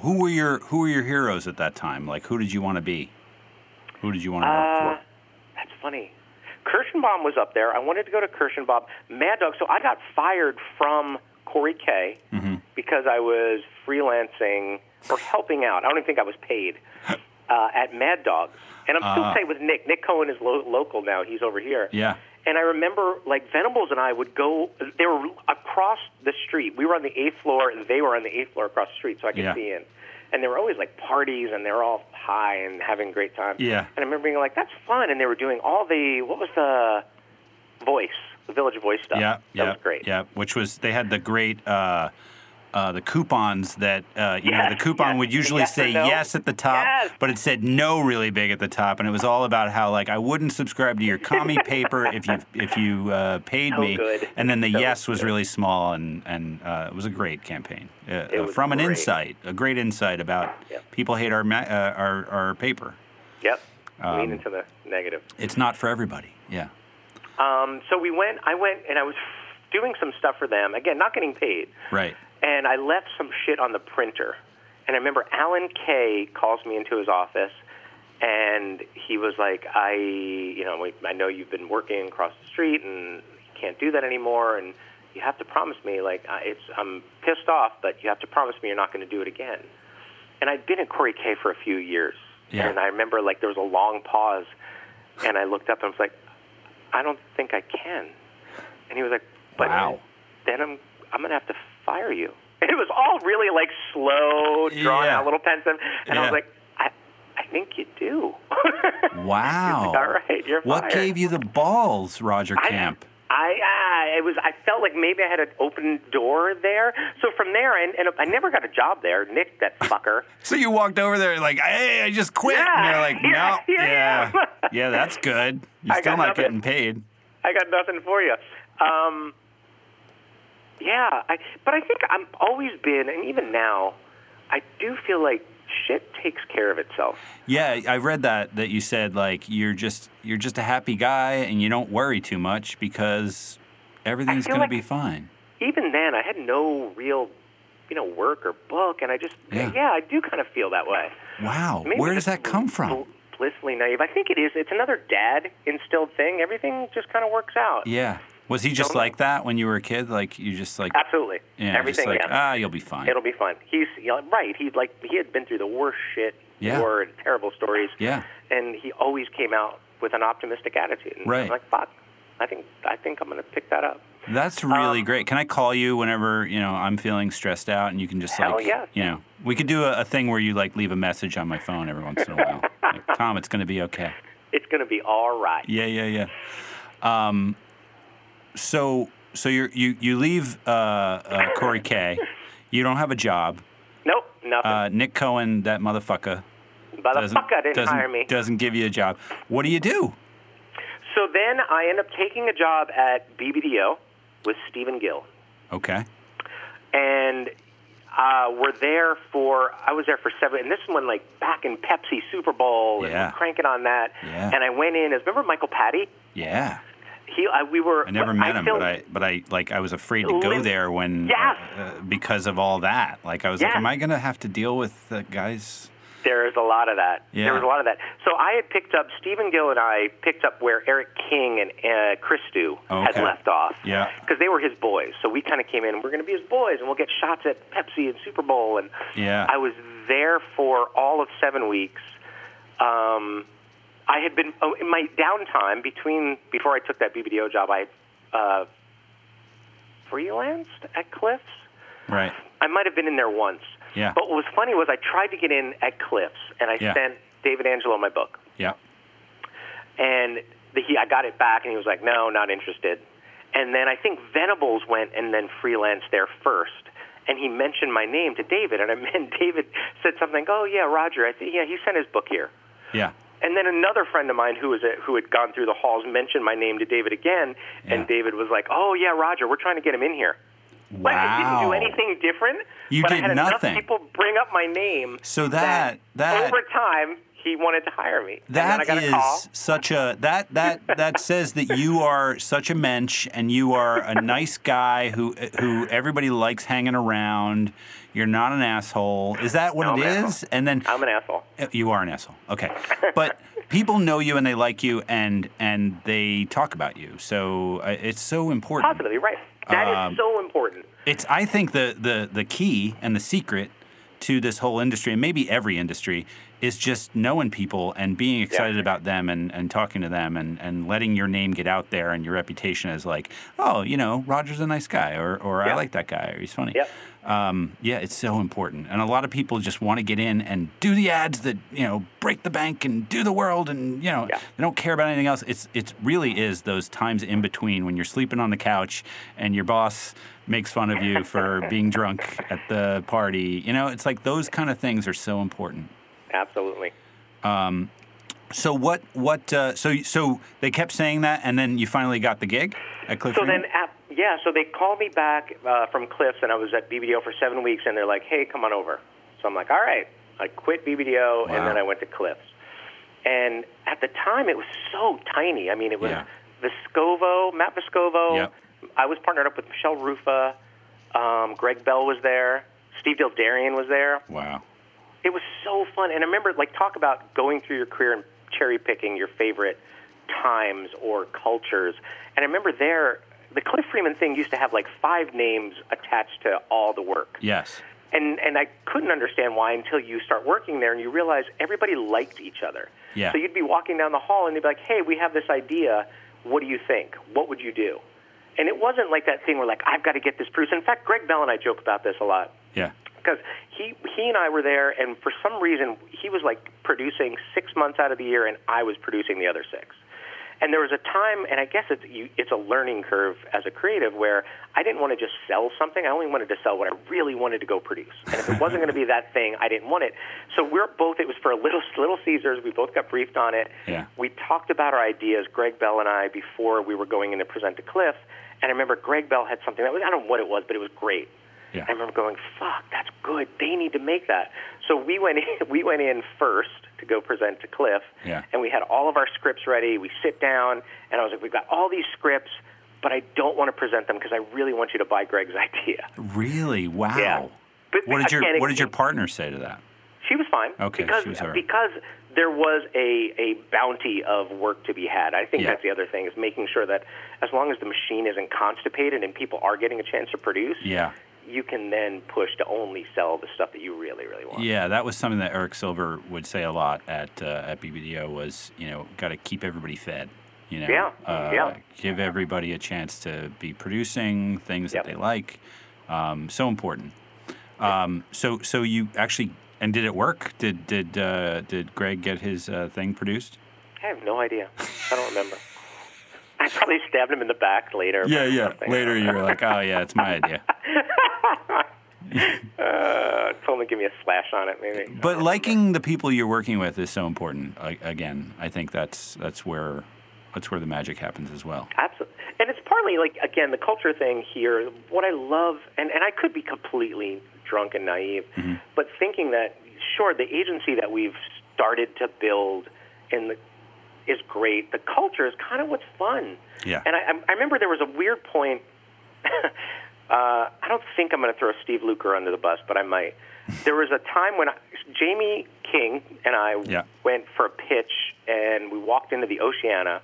[SPEAKER 1] Who were your who were your heroes at that time? Like, who did you want to be? Who did you want to work
[SPEAKER 2] Uh,
[SPEAKER 1] for?
[SPEAKER 2] that's funny. Kirschenbaum was up there. I wanted to go to Kirschenbaum. Mad Dog. So I got fired from Corey K because I was freelancing or helping out. I don't even think I was paid. uh, at Mad Dog, and I'm still tight with Nick. Nick Cohen is lo- local now; he's over here.
[SPEAKER 1] Yeah.
[SPEAKER 2] And I remember, like Venables and I would go. They were across the street. We were on the eighth floor, and they were on the eighth floor across the street, so I could
[SPEAKER 1] Yeah.
[SPEAKER 2] see in. And there were always like parties, and they were all high and having a great time.
[SPEAKER 1] Yeah.
[SPEAKER 2] And I remember being like, "That's fun," and they were doing all the what was the voice, the Village Voice stuff.
[SPEAKER 1] Yeah,
[SPEAKER 2] that
[SPEAKER 1] yeah,
[SPEAKER 2] was great.
[SPEAKER 1] Yeah, which was they had the great uh, uh, the coupons that uh, you know
[SPEAKER 2] Yes,
[SPEAKER 1] the coupon
[SPEAKER 2] yes.
[SPEAKER 1] would usually
[SPEAKER 2] Yes or
[SPEAKER 1] say
[SPEAKER 2] no?
[SPEAKER 1] yes at the top,
[SPEAKER 2] Yes.
[SPEAKER 1] but it said no really big at the top, and it was all about how like I wouldn't subscribe to your commie paper if you if you uh, paid
[SPEAKER 2] So
[SPEAKER 1] me,
[SPEAKER 2] good.
[SPEAKER 1] and then the
[SPEAKER 2] So
[SPEAKER 1] yes was
[SPEAKER 2] good.
[SPEAKER 1] really small, and and uh, it was a great campaign uh,
[SPEAKER 2] It
[SPEAKER 1] uh,
[SPEAKER 2] was
[SPEAKER 1] from an
[SPEAKER 2] great.
[SPEAKER 1] insight, a great insight about
[SPEAKER 2] Yep.
[SPEAKER 1] people hate our ma- uh, our our paper.
[SPEAKER 2] Yep.
[SPEAKER 1] Um,
[SPEAKER 2] Lean into the negative.
[SPEAKER 1] It's not for everybody. Yeah.
[SPEAKER 2] Um, so we went. I went and I was doing some stuff for them. Again, not getting paid.
[SPEAKER 1] Right.
[SPEAKER 2] And I left some shit on the printer. And I remember Alan Kay calls me into his office, and he was like, "I, you know, we- I know you've been working across the street, and you can't do that anymore. And you have to promise me, like, I, it's, I'm pissed off, but you have to promise me you're not going to do it again." And I'd been at Corey K for a few years,
[SPEAKER 1] Yeah.
[SPEAKER 2] and I remember like there was a long pause, and I looked up and was like, "I don't think I can." And he was like, "But
[SPEAKER 1] Wow.
[SPEAKER 2] then I'm I'm gonna have to fire you." And it was all really like slow, drawn
[SPEAKER 1] Yeah.
[SPEAKER 2] out, little pensive, and I
[SPEAKER 1] Yeah.
[SPEAKER 2] was like, "I I think you do."
[SPEAKER 1] Wow.
[SPEAKER 2] All right, you're
[SPEAKER 1] What
[SPEAKER 2] fired.
[SPEAKER 1] gave you the balls, Roger
[SPEAKER 2] I-
[SPEAKER 1] Camp?
[SPEAKER 2] I, I it was I felt like maybe I had an open door there. So from there, I, and I never got a job there. Nick, that fucker.
[SPEAKER 1] So you walked over there like, hey, I just quit.
[SPEAKER 2] Yeah,
[SPEAKER 1] and they're like, no,
[SPEAKER 2] yeah, here I
[SPEAKER 1] yeah, yeah,
[SPEAKER 2] am."
[SPEAKER 1] that's good. You're
[SPEAKER 2] I
[SPEAKER 1] still
[SPEAKER 2] got
[SPEAKER 1] not
[SPEAKER 2] nothing.
[SPEAKER 1] getting paid.
[SPEAKER 2] I got nothing for you. Um, yeah, I, but I think I'm always been, and even now, I do feel like shit takes care of itself.
[SPEAKER 1] Yeah, I read that that you said like you're just you're just a happy guy and you don't worry too much because everything's
[SPEAKER 2] feel
[SPEAKER 1] gonna
[SPEAKER 2] like-
[SPEAKER 1] be fine.
[SPEAKER 2] Even then, I had no real, you know, work or book, and I just,
[SPEAKER 1] Yeah.
[SPEAKER 2] I do kind of feel that way.
[SPEAKER 1] Wow,
[SPEAKER 2] Maybe
[SPEAKER 1] where does
[SPEAKER 2] just
[SPEAKER 1] that come
[SPEAKER 2] bl-
[SPEAKER 1] from?
[SPEAKER 2] Blissfully naive. I think it is. It's another dad instilled thing. Everything just kind of works out.
[SPEAKER 1] Yeah, was he just
[SPEAKER 2] Don't know.
[SPEAKER 1] like that when you were a kid? Like you just like
[SPEAKER 2] Absolutely.
[SPEAKER 1] yeah,
[SPEAKER 2] Everything.
[SPEAKER 1] just like
[SPEAKER 2] yeah.
[SPEAKER 1] ah, you'll be fine.
[SPEAKER 2] It'll be fun. He's you know, right. He's like he had been through the worst shit,
[SPEAKER 1] Yeah.
[SPEAKER 2] war and terrible stories.
[SPEAKER 1] Yeah.
[SPEAKER 2] And he always came out with an optimistic attitude. And
[SPEAKER 1] Right.
[SPEAKER 2] I'm like, fuck. I think I think I'm gonna pick that up.
[SPEAKER 1] That's
[SPEAKER 2] Um,
[SPEAKER 1] really great. Can I call you whenever you know I'm feeling stressed out, and you can just
[SPEAKER 2] Hell
[SPEAKER 1] like
[SPEAKER 2] yes.
[SPEAKER 1] you know we could do a, a thing where you like leave a message on my phone every once in a while. Like, Tom, it's going to be okay.
[SPEAKER 2] It's gonna be all right.
[SPEAKER 1] Yeah, yeah, yeah. Um, so so you you you leave uh, uh, Corey K. You don't have a job.
[SPEAKER 2] Nope, nothing.
[SPEAKER 1] Uh, Nick Cohen, that motherfucker, doesn't
[SPEAKER 2] Motherfucker didn't
[SPEAKER 1] doesn't,
[SPEAKER 2] hire me.
[SPEAKER 1] doesn't give you a job. What do you do?
[SPEAKER 2] so then I end up taking a job at BBDO with Stephen Gill.
[SPEAKER 1] Okay.
[SPEAKER 2] and uh, we're there for I was there for seven, and this is when like back in Pepsi Super Bowl, and
[SPEAKER 1] Yeah.
[SPEAKER 2] we're cranking on that.
[SPEAKER 1] Yeah.
[SPEAKER 2] And I went in as remember Michael Patty.
[SPEAKER 1] Yeah.
[SPEAKER 2] He I, we were
[SPEAKER 1] I never met him,
[SPEAKER 2] filmed-
[SPEAKER 1] but I but I like I was afraid to go
[SPEAKER 2] Lim-
[SPEAKER 1] there when
[SPEAKER 2] Yes.
[SPEAKER 1] uh, because of all that. Like I was like,
[SPEAKER 2] Yes.
[SPEAKER 1] am I gonna have to deal with the guys?
[SPEAKER 2] There's a lot of that.
[SPEAKER 1] Yeah.
[SPEAKER 2] There was a lot of that. So I had picked up Stephen Gill and I picked up where Eric King and uh, Christou had
[SPEAKER 1] Oh, Okay.
[SPEAKER 2] left off.
[SPEAKER 1] Yeah.
[SPEAKER 2] Because they were his boys. So we kind of came in and we're going to be his boys and we'll get shots at Pepsi and Super Bowl. And
[SPEAKER 1] Yeah.
[SPEAKER 2] I was there for all of seven weeks. Um, I had been oh, in my downtime between before I took that BBDO job. I uh, freelanced at Cliffs.
[SPEAKER 1] Right.
[SPEAKER 2] I might have been in there once.
[SPEAKER 1] Yeah.
[SPEAKER 2] But what was funny was I tried to get in at Cliffs, and I
[SPEAKER 1] Yeah.
[SPEAKER 2] sent David Angelo my book,
[SPEAKER 1] Yeah.
[SPEAKER 2] and the, he I got it back, and he was like, "No, not interested." And then I think Venables went and then freelanced there first, and he mentioned my name to David, and I mean David said something, "Oh yeah, Roger, I think yeah, he sent his book here."
[SPEAKER 1] Yeah.
[SPEAKER 2] And then another friend of mine who was a, who had gone through the halls mentioned my name to David again,
[SPEAKER 1] Yeah.
[SPEAKER 2] and David was like, "Oh yeah, Roger, we're trying to get him in here." Like, I
[SPEAKER 1] Wow.
[SPEAKER 2] didn't do anything different.
[SPEAKER 1] You
[SPEAKER 2] but
[SPEAKER 1] did
[SPEAKER 2] I had enough
[SPEAKER 1] nothing.
[SPEAKER 2] People bring up my name.
[SPEAKER 1] So that- that-
[SPEAKER 2] over time he wanted to hire me. and then I
[SPEAKER 1] That
[SPEAKER 2] got a call.
[SPEAKER 1] is such a that that that says that you are such a mensch and you are a nice guy who uh, who everybody likes hanging around. You're not an asshole. Is that what
[SPEAKER 2] No,
[SPEAKER 1] it
[SPEAKER 2] I'm an
[SPEAKER 1] is? And then
[SPEAKER 2] I'm an asshole.
[SPEAKER 1] Uh, You are an asshole. Okay, but people know you and they like you and and they talk about you. So uh, it's so important.
[SPEAKER 2] Positively, right? That is
[SPEAKER 1] Um,
[SPEAKER 2] so important.
[SPEAKER 1] It's I think the the the key and the secret to this whole industry and maybe every industry is just knowing people and being excited
[SPEAKER 2] Yeah.
[SPEAKER 1] about them and, and talking to them and, and letting your name get out there and your reputation as like, oh, you know, Roger's a nice guy or, or I
[SPEAKER 2] Yeah.
[SPEAKER 1] like that guy or he's funny.
[SPEAKER 2] Yep.
[SPEAKER 1] Um, yeah, it's so important. And a lot of people just want to get in and do the ads that, you know, break the bank and do the world and, you know,
[SPEAKER 2] Yeah.
[SPEAKER 1] they don't care about anything else. It's it really is those times in between when you're sleeping on the couch and your boss makes fun of you for being drunk at the party. You know, it's like those kind of things are so important.
[SPEAKER 2] Absolutely.
[SPEAKER 1] So what? What? Uh, so so they kept saying that, and then you finally got the gig at Cliff.
[SPEAKER 2] So
[SPEAKER 1] Arena?
[SPEAKER 2] then, at, yeah, so they called me back uh, from Cliffs, and I was at BBDO for seven weeks, and they're like, hey, come on over. So I'm like, all right. I quit BBDO,
[SPEAKER 1] Wow.
[SPEAKER 2] and then I went to Cliffs. And at the time, it was so tiny. I mean, it was
[SPEAKER 1] Yeah.
[SPEAKER 2] Vescovo, Matt Vescovo.
[SPEAKER 1] Yep.
[SPEAKER 2] I was partnered up with Michelle Rufa. Um, Greg Bell was there. Steve Dildarian was there.
[SPEAKER 1] wow.
[SPEAKER 2] It was so fun. And I remember, like, talk about going through your career and cherry picking your favorite times or cultures. And I remember there, the Cliff Freeman thing used to have like five names attached to all the work.
[SPEAKER 1] Yes.
[SPEAKER 2] And, and I couldn't understand why until you start working there and you realize everybody liked each other.
[SPEAKER 1] Yeah.
[SPEAKER 2] So you'd be walking down the hall and they'd be like, hey, we have this idea. What do you think? What would you do? And it wasn't like that thing where, like, I've got to get this producer. In fact, Greg Bell and I joke about this a lot
[SPEAKER 1] Yeah.
[SPEAKER 2] because he he and I were there, and for some reason he was like producing six months out of the year, and I was producing the other six. And there was a time, and I guess it's you, it's a learning curve as a creative where I didn't want to just sell something. I only wanted to sell what I really wanted to go produce. And if it wasn't going to be that thing, I didn't want it. So we're both. It was for a little Little Caesars. We both got briefed on it.
[SPEAKER 1] Yeah.
[SPEAKER 2] We talked about our ideas, Greg Bell and I, before we were going in to present to Cliff. And I remember Greg Bell had something that was I don't know what it was, but it was great.
[SPEAKER 1] Yeah.
[SPEAKER 2] I remember going, "Fuck, that's good. They need to make that." So we went in, we went in first to go present to Cliff,
[SPEAKER 1] Yeah.
[SPEAKER 2] and we had all of our scripts ready. We sit down, and I was like, "We've got all these scripts, but I don't want to present them because I really want you to buy Greg's idea."
[SPEAKER 1] Really? Wow.
[SPEAKER 2] But
[SPEAKER 1] what did your
[SPEAKER 2] again, it-
[SPEAKER 1] What did your partner say to that?
[SPEAKER 2] She was fine.
[SPEAKER 1] Okay,
[SPEAKER 2] because
[SPEAKER 1] she was all right.
[SPEAKER 2] because there was a a bounty of work to be had. I think
[SPEAKER 1] Yeah.
[SPEAKER 2] that's the other thing is making sure that as long as the machine isn't constipated and people are getting a chance to produce,
[SPEAKER 1] Yeah.
[SPEAKER 2] you can then push to only sell the stuff that you really, really want.
[SPEAKER 1] Yeah, that was something that Eric Silver would say a lot at uh, at BBDO was you know got to keep everybody fed. You know,
[SPEAKER 2] Yeah,
[SPEAKER 1] uh,
[SPEAKER 2] yeah.
[SPEAKER 1] Give everybody a chance to be producing things
[SPEAKER 2] Yep.
[SPEAKER 1] that they like. Um, so important. Um, so so you actually and did it work? Did did uh, did Greg get his uh, thing produced?
[SPEAKER 2] I have no idea. I don't remember. I probably stabbed him in the back later. or something.
[SPEAKER 1] Later you were like, oh yeah, it's my idea.
[SPEAKER 2] Uh, told him to give me a slash on it, maybe.
[SPEAKER 1] But liking the people you're working with is so important. I, again, I think that's that's where that's where the magic happens as well.
[SPEAKER 2] Absolutely. And it's partly like again the culture thing here. What I love, and and I could be completely drunk and naive, but thinking that sure the agency that we've started to build in the is great. The culture is kind of what's fun.
[SPEAKER 1] Yeah.
[SPEAKER 2] And I I'm- I remember there was a weird point. uh, I don't think I'm going to throw Steve Luker under the bus, but I might. There was a time when I, Jamie King and I
[SPEAKER 1] Yeah.
[SPEAKER 2] went for a pitch, and we walked into the Oceana,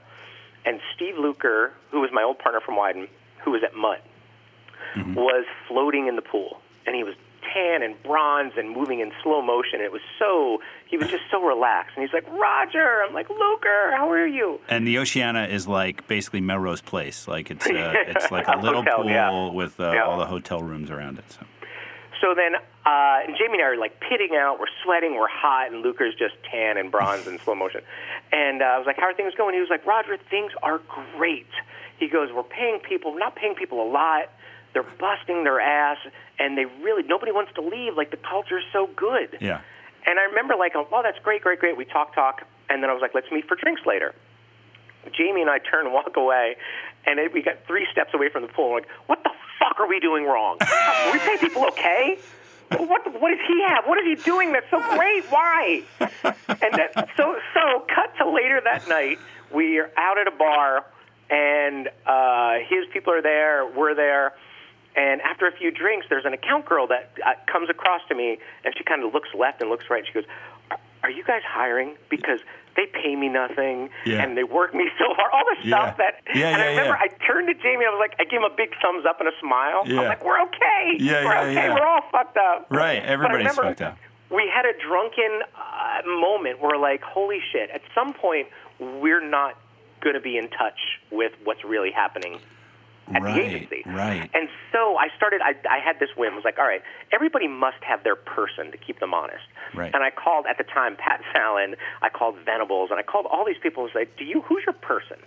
[SPEAKER 2] and Steve Luker, who was my old partner from Wyden, who was at Mutt, was floating in the pool, and he was tan and bronze and moving in slow motion. It was so he was just so relaxed, and he's like, "Roger," I'm like, "Luker, how are you?"
[SPEAKER 1] And the Oceana is like basically Melrose Place. Like it's uh, it's like a
[SPEAKER 2] A
[SPEAKER 1] little
[SPEAKER 2] hotel,
[SPEAKER 1] pool
[SPEAKER 2] yeah.
[SPEAKER 1] with uh,
[SPEAKER 2] Yeah.
[SPEAKER 1] all the hotel rooms around it. So.
[SPEAKER 2] So then, uh, and Jamie and I are like pitting out. We're sweating. We're hot, and Luker's just tan and bronze in slow motion. And uh, I was like, "How are things going?" He was like, "Roger, things are great." He goes, "We're paying people. We're not paying people a lot. They're busting their ass, and they really nobody wants to leave. Like the culture's so good."
[SPEAKER 1] Yeah.
[SPEAKER 2] And I remember like, "Oh, that's great, great, great." We talk, talk, and then I was like, "Let's meet for drinks later." Jamie and I turn and walk away, and it, we got three steps away from the pool. We're like, what the fuck are we doing wrong? we pay people okay. What what does he have? What is he doing that's so great? Why? And that, so so cut to later that night. We are out at a bar, and uh, his people are there. We're there. And after a few drinks, there's an account girl that uh, comes across to me, and she kind of looks left and looks right. She goes, "Are- "Are you guys hiring? Because they pay me nothing,
[SPEAKER 1] Yeah.
[SPEAKER 2] and they work me so hard. All the stuff
[SPEAKER 1] Yeah.
[SPEAKER 2] that."
[SPEAKER 1] Yeah,
[SPEAKER 2] and I
[SPEAKER 1] yeah,
[SPEAKER 2] remember
[SPEAKER 1] yeah.
[SPEAKER 2] I turned to Jamie. I was like, I gave him a big thumbs up and a smile.
[SPEAKER 1] Yeah.
[SPEAKER 2] I'm like, "We're okay.
[SPEAKER 1] Yeah,
[SPEAKER 2] we're
[SPEAKER 1] yeah,
[SPEAKER 2] okay.
[SPEAKER 1] yeah.
[SPEAKER 2] We're all fucked up."
[SPEAKER 1] Right,
[SPEAKER 2] But I
[SPEAKER 1] everybody's
[SPEAKER 2] remember
[SPEAKER 1] fucked up.
[SPEAKER 2] we had a drunken uh, moment where like holy shit at some point we're not going to be in touch with what's really happening at
[SPEAKER 1] right,
[SPEAKER 2] the agency
[SPEAKER 1] Right.
[SPEAKER 2] and so i started I, I had this whim I was like all right everybody must have their person to keep them honest
[SPEAKER 1] Right.
[SPEAKER 2] and i called at the time pat fallon i called venables and i called all these people and was like do you who's your person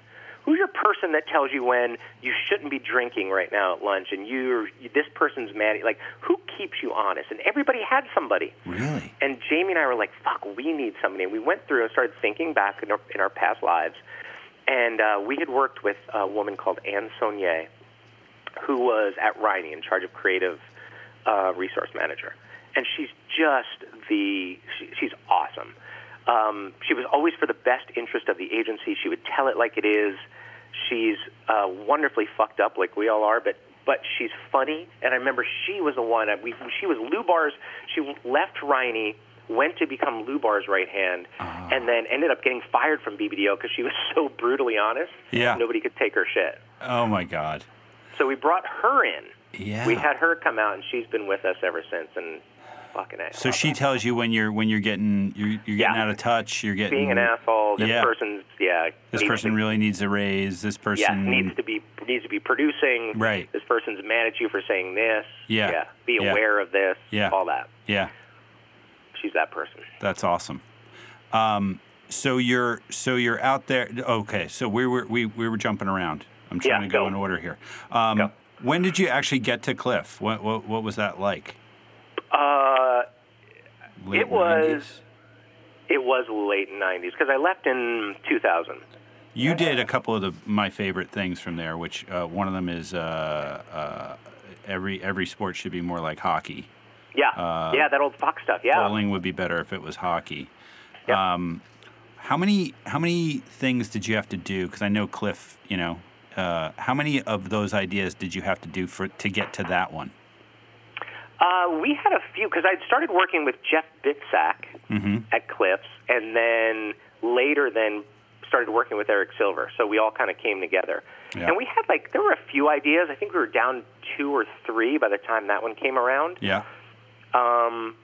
[SPEAKER 2] Who's your person that tells you when you shouldn't be drinking right now at lunch and you're, you this person's mad? Like, who keeps you honest? And everybody had somebody.
[SPEAKER 1] really?
[SPEAKER 2] And Jamie and I were like, fuck, we need somebody. And we went through and started thinking back in our, in our past lives. And uh, we had worked with a woman called Anne Saunier, who was at Riney in charge of creative uh, resource manager. And she's just the, she, she's awesome. Um, she was always for the best interest of the agency. She would tell it like it is. She's uh, wonderfully fucked up, like we all are, but but she's funny. And I remember she was the one. uh, We, she was Lou Bar's. She left Riney, went to become Lou Bar's right hand, and then ended up getting fired from BBDO because she was so brutally honest.
[SPEAKER 1] Yeah.
[SPEAKER 2] nobody could take her shit.
[SPEAKER 1] Oh my God.
[SPEAKER 2] So we brought her in.
[SPEAKER 1] Yeah.
[SPEAKER 2] We had her come out, and she's been with us ever since. And fucking uh, it.
[SPEAKER 1] so she tells you when you're when you're getting you're, you're getting
[SPEAKER 2] Yeah.
[SPEAKER 1] out of touch. You're getting
[SPEAKER 2] being an asshole. This
[SPEAKER 1] Yeah.
[SPEAKER 2] person's yeah.
[SPEAKER 1] This
[SPEAKER 2] needs
[SPEAKER 1] person
[SPEAKER 2] to-
[SPEAKER 1] really needs a raise. This
[SPEAKER 2] yeah
[SPEAKER 1] person
[SPEAKER 2] needs to be needs to be producing.
[SPEAKER 1] Right.
[SPEAKER 2] This person's mad at you for saying this.
[SPEAKER 1] Yeah.
[SPEAKER 2] Be
[SPEAKER 1] Yeah.
[SPEAKER 2] aware of this.
[SPEAKER 1] Yeah.
[SPEAKER 2] All that.
[SPEAKER 1] Yeah,
[SPEAKER 2] She's that person.
[SPEAKER 1] that's awesome. Um, so you're so you're out there. Okay, so we were we, we were jumping around. I'm trying
[SPEAKER 2] Yeah,
[SPEAKER 1] to go,
[SPEAKER 2] go.
[SPEAKER 1] in order here. Um,
[SPEAKER 2] Go.
[SPEAKER 1] When did you actually get to Cliff? What what, what was that like?
[SPEAKER 2] Uh,
[SPEAKER 1] Late
[SPEAKER 2] It was-
[SPEAKER 1] 90s?
[SPEAKER 2] it was late '90s because I left in 2000.
[SPEAKER 1] You did a couple of the, my favorite things from there, which uh, one of them is uh, uh, every every sport should be more like hockey.
[SPEAKER 2] Yeah.
[SPEAKER 1] Uh,
[SPEAKER 2] yeah. That old Fox stuff. Yeah.
[SPEAKER 1] Bowling would be better if it was hockey.
[SPEAKER 2] Yeah.
[SPEAKER 1] Um, how many how many things did you have to do? Because I know Cliff, you know, uh, how many of those ideas did you have to do for to get to that one?
[SPEAKER 2] Uh, we had a few because I'd started working with Jeff Bitsack
[SPEAKER 1] Mm-hmm.
[SPEAKER 2] at Cliffs, and then later then started working with Eric Silver. So we all kind of came together,
[SPEAKER 1] Yeah.
[SPEAKER 2] and we had like there were a few ideas. I think we were down two or three by the time that one came around.
[SPEAKER 1] Yeah,
[SPEAKER 2] Um,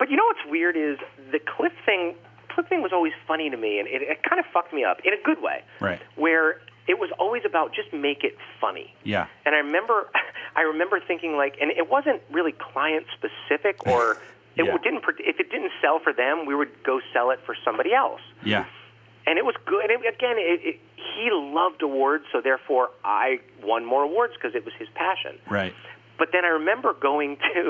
[SPEAKER 2] but you know what's weird is the Cliff thing. Cliff thing was always funny to me, and it, it kind of fucked me up in a good way.
[SPEAKER 1] Right.
[SPEAKER 2] Where it was always about just make it funny.
[SPEAKER 1] yeah,
[SPEAKER 2] And I remember, I remember thinking like, and it wasn't really client specific, or it
[SPEAKER 1] Yeah.
[SPEAKER 2] didn't. pro- If it didn't sell for them, we would go sell it for somebody else.
[SPEAKER 1] yeah,
[SPEAKER 2] And it was good. And it, again, it, it, he loved awards, so therefore I won more awards because it was his passion.
[SPEAKER 1] right,
[SPEAKER 2] But then I remember going to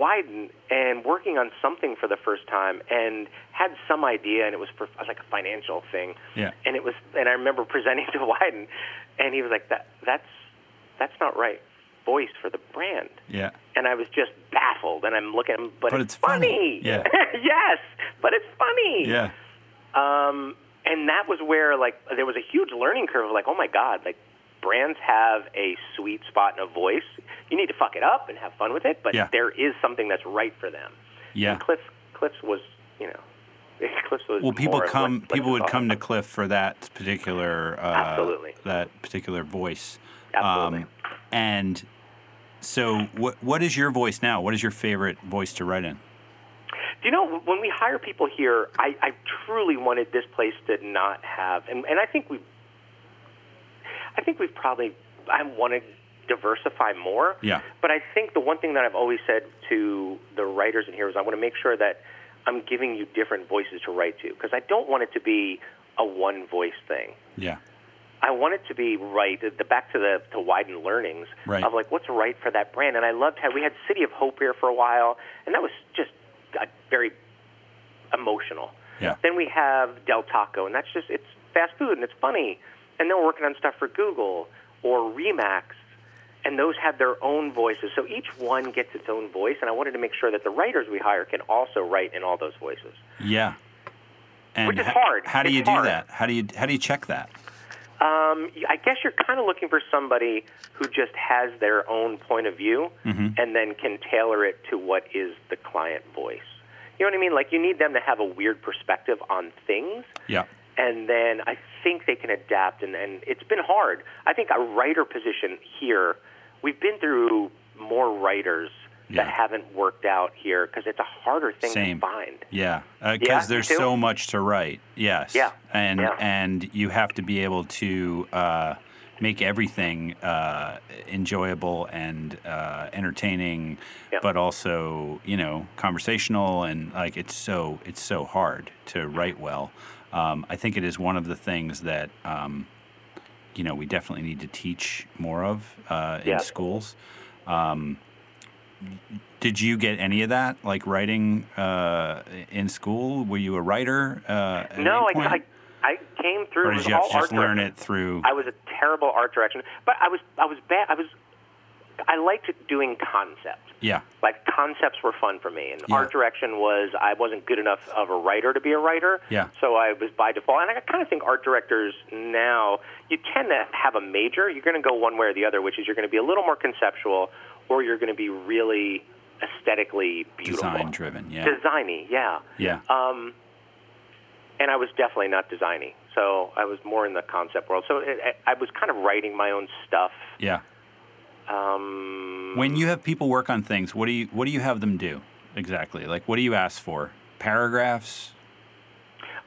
[SPEAKER 2] Wyden and working on something for the first time and had some idea, and it was for it was like a financial thing.
[SPEAKER 1] Yeah.
[SPEAKER 2] And it was, and I remember presenting to Wyden, and he was like, "That that's that's not right voice for the brand."
[SPEAKER 1] yeah,
[SPEAKER 2] And I was just baffled, and I'm looking, at him, but,
[SPEAKER 1] But it's funny. Yeah.
[SPEAKER 2] yes, but it's funny.
[SPEAKER 1] yeah,
[SPEAKER 2] Um, and that was where like there was a huge learning curve of like, oh my god, like brands have a sweet spot and a voice. You need to fuck it up and have fun with it, but
[SPEAKER 1] Yeah.
[SPEAKER 2] there is something that's right for them.
[SPEAKER 1] yeah.
[SPEAKER 2] And Cliff's Cliff's was you know, Cliff's was.
[SPEAKER 1] Well, people
[SPEAKER 2] more of
[SPEAKER 1] come.
[SPEAKER 2] what- what
[SPEAKER 1] People
[SPEAKER 2] it's
[SPEAKER 1] would
[SPEAKER 2] all
[SPEAKER 1] come to Cliff for that particular. Uh,
[SPEAKER 2] Absolutely.
[SPEAKER 1] That particular voice. Um,
[SPEAKER 2] Absolutely.
[SPEAKER 1] and so, what what is your voice now? What is your favorite voice to write in?
[SPEAKER 2] Do you know when we hire people here? I, I truly wanted this place to not have, and, and I think we, I think we've probably I want to diversify more.
[SPEAKER 1] Yeah.
[SPEAKER 2] But I think the one thing that I've always said to the writers in here is I want to make sure that I'm giving you different voices to write to because I don't want it to be a one voice thing.
[SPEAKER 1] Yeah.
[SPEAKER 2] I want it to be right. The back to the to widen learnings
[SPEAKER 1] Right.
[SPEAKER 2] of like what's right for that brand. And I loved how we had City of Hope here for a while, and that was just uh, very emotional.
[SPEAKER 1] Yeah.
[SPEAKER 2] Then we have Del Taco, and that's just it's fast food and it's funny. And then we're working on stuff for Google or Remax, and those have their own voices. So each one gets its own voice, and I wanted to make sure that the writers we hire can also write in all those voices.
[SPEAKER 1] Yeah. And
[SPEAKER 2] Which is
[SPEAKER 1] ho-
[SPEAKER 2] hard.
[SPEAKER 1] How do you
[SPEAKER 2] It's
[SPEAKER 1] do
[SPEAKER 2] hard.
[SPEAKER 1] that? How do you how do you check that?
[SPEAKER 2] Um, I guess you're kind of looking for somebody who just has their own point of view
[SPEAKER 1] Mm-hmm.
[SPEAKER 2] and then can tailor it to what is the client voice. You know what I mean? Like you need them to have a weird perspective on things,
[SPEAKER 1] Yeah.
[SPEAKER 2] and then I think they can adapt. And, and it's been hard. I think a writer position here, we've been through more writers
[SPEAKER 1] Yeah.
[SPEAKER 2] that haven't worked out here because it's a harder thing
[SPEAKER 1] Same.
[SPEAKER 2] to find.
[SPEAKER 1] Yeah, because
[SPEAKER 2] Yeah,
[SPEAKER 1] there's
[SPEAKER 2] you too.
[SPEAKER 1] so much to write. Yes.
[SPEAKER 2] Yeah,
[SPEAKER 1] And
[SPEAKER 2] yeah.
[SPEAKER 1] and you have to be able to uh, make everything uh, enjoyable and uh, entertaining,
[SPEAKER 2] Yeah.
[SPEAKER 1] but also you know conversational and like it's so it's so hard to write well. Um, I think it is one of the things that um, you know we definitely need to teach more of uh, in
[SPEAKER 2] Yeah.
[SPEAKER 1] schools. Um, did you get any of that, like writing uh, in school? Were you a writer? Uh, at
[SPEAKER 2] no,
[SPEAKER 1] any
[SPEAKER 2] I, I
[SPEAKER 1] point?
[SPEAKER 2] I came through.
[SPEAKER 1] or
[SPEAKER 2] it was
[SPEAKER 1] did you have
[SPEAKER 2] all
[SPEAKER 1] to just
[SPEAKER 2] art
[SPEAKER 1] learn
[SPEAKER 2] direction.
[SPEAKER 1] it through?
[SPEAKER 2] I was a terrible art direction, but I was I was bad. I was I liked doing concepts.
[SPEAKER 1] yeah,
[SPEAKER 2] Like concepts were fun for me, and
[SPEAKER 1] Yeah.
[SPEAKER 2] art direction was I wasn't good enough of a writer to be a writer.
[SPEAKER 1] Yeah.
[SPEAKER 2] So I was by default, and I kind of think art directors now you tend to have a major. You're going to go one way or the other, which is you're going to be a little more conceptual, or you're going to be really aesthetically beautiful,
[SPEAKER 1] design driven. Yeah,
[SPEAKER 2] designy. Yeah.
[SPEAKER 1] yeah,
[SPEAKER 2] Um, and I was definitely not designing, so I was more in the concept world. So it, I I was kind of writing my own stuff.
[SPEAKER 1] yeah.
[SPEAKER 2] Um,
[SPEAKER 1] When you have people work on things, what do you what do you have them do exactly? Like, what do you ask for? Paragraphs?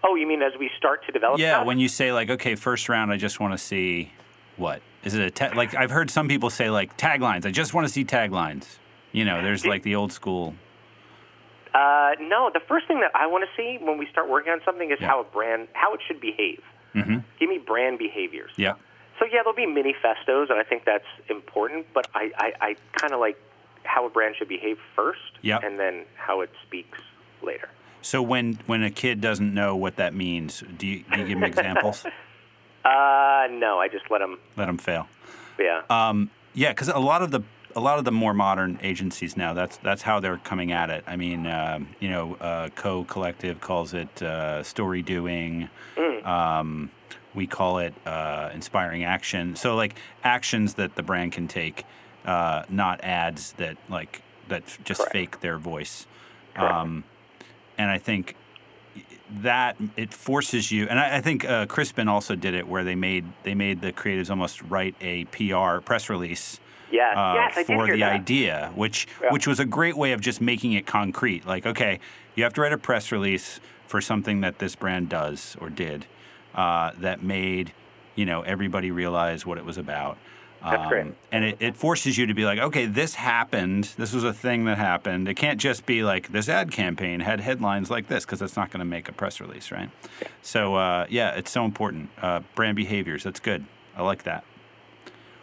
[SPEAKER 2] oh, you mean as we start to develop?
[SPEAKER 1] Yeah,
[SPEAKER 2] stuff?
[SPEAKER 1] when you say like, okay, first round, I just want to see what is it a ta- like? I've heard some people say like taglines. I just want to see taglines. You know, there's like the old school.
[SPEAKER 2] Uh, no, the first thing that I want to see when we start working on something is
[SPEAKER 1] Yeah.
[SPEAKER 2] how a brand, how it should behave.
[SPEAKER 1] hmm
[SPEAKER 2] Give me brand behaviors.
[SPEAKER 1] Yeah,
[SPEAKER 2] So yeah, there'll be mini festos, and I think that's important. But I, I, I kind of like how a brand should behave first,
[SPEAKER 1] Yeah.
[SPEAKER 2] and then how it speaks later.
[SPEAKER 1] So when when a kid doesn't know what that means, do you, do you give them examples?
[SPEAKER 2] Uh, no, I just let them.
[SPEAKER 1] Let them fail.
[SPEAKER 2] Yeah.
[SPEAKER 1] Um, yeah, because a lot of the a lot of the more modern agencies now that's that's how they're coming at it. I mean, um, you know, uh, Co Collective calls it uh, story doing. Um, we call it uh, inspiring action. So like actions that the brand can take, uh, not ads that like that f- just
[SPEAKER 2] Correct.
[SPEAKER 1] fake their voice.
[SPEAKER 2] Correct.
[SPEAKER 1] Um, and I think that it forces you and I, I think uh, Crispin also did it where they made they made the creatives almost write a PR press release
[SPEAKER 2] Yes,
[SPEAKER 1] uh,
[SPEAKER 2] yes, I did
[SPEAKER 1] for
[SPEAKER 2] hear
[SPEAKER 1] the
[SPEAKER 2] that.
[SPEAKER 1] idea which
[SPEAKER 2] Yeah.
[SPEAKER 1] which was a great way of just making it concrete like okay you have to write a press release for something that this brand does or did uh, that made you know everybody realize what it was about Um,
[SPEAKER 2] That's great.
[SPEAKER 1] and it, it forces you to be like, okay, this happened. This was a thing that happened. It can't just be like this ad campaign had headlines like this because that's not going to make a press release, right? So uh, yeah, it's so important. Uh, brand behaviors. That's good. I like that.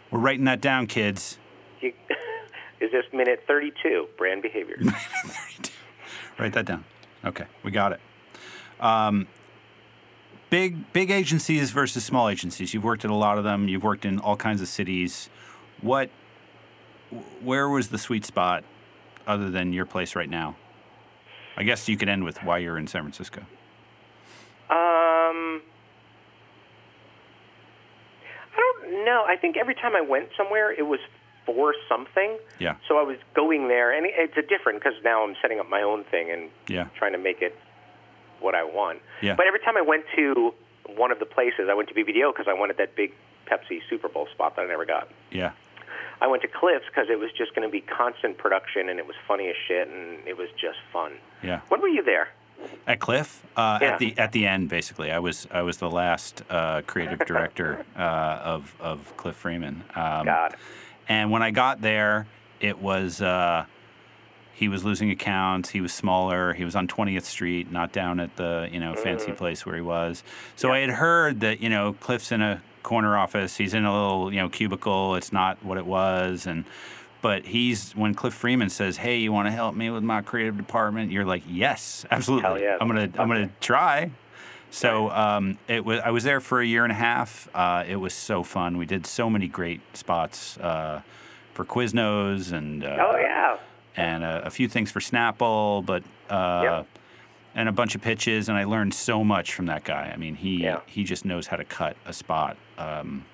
[SPEAKER 1] We're writing that down, kids.
[SPEAKER 2] You, is this minute 32 brand behavior?
[SPEAKER 1] Write that down. Okay, we got it. Um, big big agencies versus small agencies. You've worked at a lot of them. You've worked in all kinds of cities. What, where was the sweet spot, other than your place right now? I guess you could end with why you're in San Francisco.
[SPEAKER 2] um, I don't know. I think every time I went somewhere, it was for something.
[SPEAKER 1] Yeah,
[SPEAKER 2] So I was going there, and it- it's a different because now I'm setting up my own thing and
[SPEAKER 1] yeah,
[SPEAKER 2] trying to make it what I want.
[SPEAKER 1] Yeah.
[SPEAKER 2] But every time I went to one of the places, I went to BBDO because I wanted that big Pepsi Super Bowl spot that I never got.
[SPEAKER 1] yeah,
[SPEAKER 2] I went to Cliffs because it was just going to be constant production, and it was funny as shit, and it was just fun.
[SPEAKER 1] yeah.
[SPEAKER 2] When were you there?
[SPEAKER 1] At Cliff, uh,
[SPEAKER 2] Yeah.
[SPEAKER 1] at the at the end, basically, I was I was the last uh, creative director uh, of of Cliff Freeman. Um,
[SPEAKER 2] God.
[SPEAKER 1] And when I got there, it was uh, he was losing accounts. He was smaller. He was on 20th Street, not down at the you know
[SPEAKER 2] Mm.
[SPEAKER 1] fancy place where he was. So I had heard that you know Cliff's in a corner office. He's in a little you know cubicle. It's not what it was. And but he's when Cliff Freeman says, "Hey, you want to help me with my creative department?" You're like, "Yes, absolutely.
[SPEAKER 2] Hell yeah.
[SPEAKER 1] I'm gonna I'm gonna try." So um, it was. I was there for a year and a half. Uh, it was so fun. We did so many great spots uh, for Quiznos and uh,
[SPEAKER 2] Oh yeah.
[SPEAKER 1] and a, a few things for Snapple, but uh,
[SPEAKER 2] Yep.
[SPEAKER 1] and a bunch of pitches. And I learned so much from that guy. I mean, he
[SPEAKER 2] Yeah.
[SPEAKER 1] he just knows how to cut a spot. Um,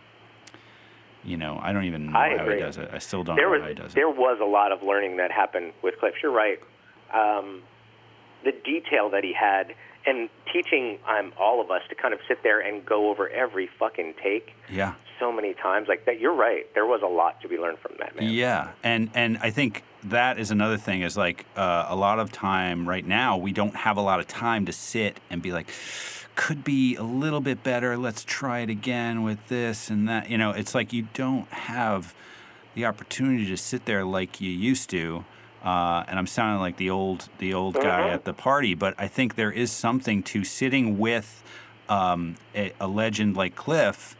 [SPEAKER 1] you know, I don't even know
[SPEAKER 2] I
[SPEAKER 1] how
[SPEAKER 2] agree.
[SPEAKER 1] he does it. I still don't
[SPEAKER 2] There
[SPEAKER 1] know
[SPEAKER 2] was
[SPEAKER 1] how he does it.
[SPEAKER 2] there was a lot of learning that happened with Cliffs. You're right. Um, the detail that he had and teaching um, all of us to kind of sit there and go over every fucking take
[SPEAKER 1] Yeah.
[SPEAKER 2] so many times like that. You're right. There was a lot to be learned from that man.
[SPEAKER 1] Yeah, and and I think that is another thing is like uh, a lot of time right now we don't have a lot of time to sit and be like could be a little bit better let's try it again with this and that you know it's like you don't have the opportunity to sit there like you used to uh, and I'm sounding like the old the old guy
[SPEAKER 2] Mhm.
[SPEAKER 1] at the party, but I think there is something to sitting with um, a, a legend like Cliff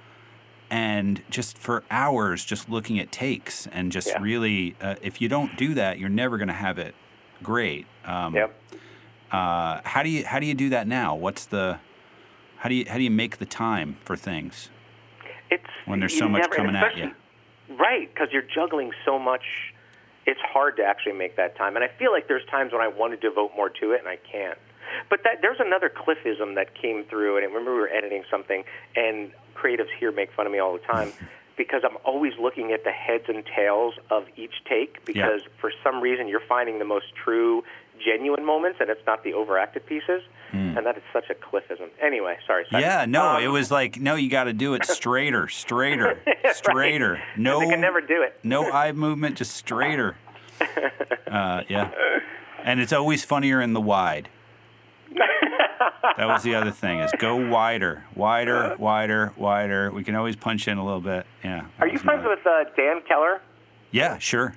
[SPEAKER 1] and just for hours just looking at takes and just
[SPEAKER 2] Yeah.
[SPEAKER 1] really uh, if you don't do that you're never going to have it great um,
[SPEAKER 2] Yep.
[SPEAKER 1] uh, how do you how do you do that now what's the how do you how do you make the time for things
[SPEAKER 2] It's
[SPEAKER 1] when there's
[SPEAKER 2] you
[SPEAKER 1] so much
[SPEAKER 2] never- and
[SPEAKER 1] coming at
[SPEAKER 2] especially- Right, because you're juggling so much. It's hard to actually make that time, and I feel like there's times when I want to devote more to it and I can't. But that there's another cliffism that came through, and I remember we were editing something, and creatives here make fun of me all the time because I'm always looking at the heads and tails of each take because for some reason you're finding the most true, genuine moments, and it's not the overacted pieces, and that is such a cliffism. Anyway, sorry. Simon.
[SPEAKER 1] Hmm. yeah no
[SPEAKER 2] Um,
[SPEAKER 1] it was like no you got to do it straighter straighter straighter no
[SPEAKER 2] they can never do it.
[SPEAKER 1] no eye movement, just straighter. Uh, yeah. And it's always funnier in the wide. That was the other thing is go wider, wider, wider, wider. We can always punch in a little bit. Yeah. that
[SPEAKER 2] Are you
[SPEAKER 1] was
[SPEAKER 2] friends
[SPEAKER 1] another-
[SPEAKER 2] with uh, Dan Keller?
[SPEAKER 1] Yeah, sure.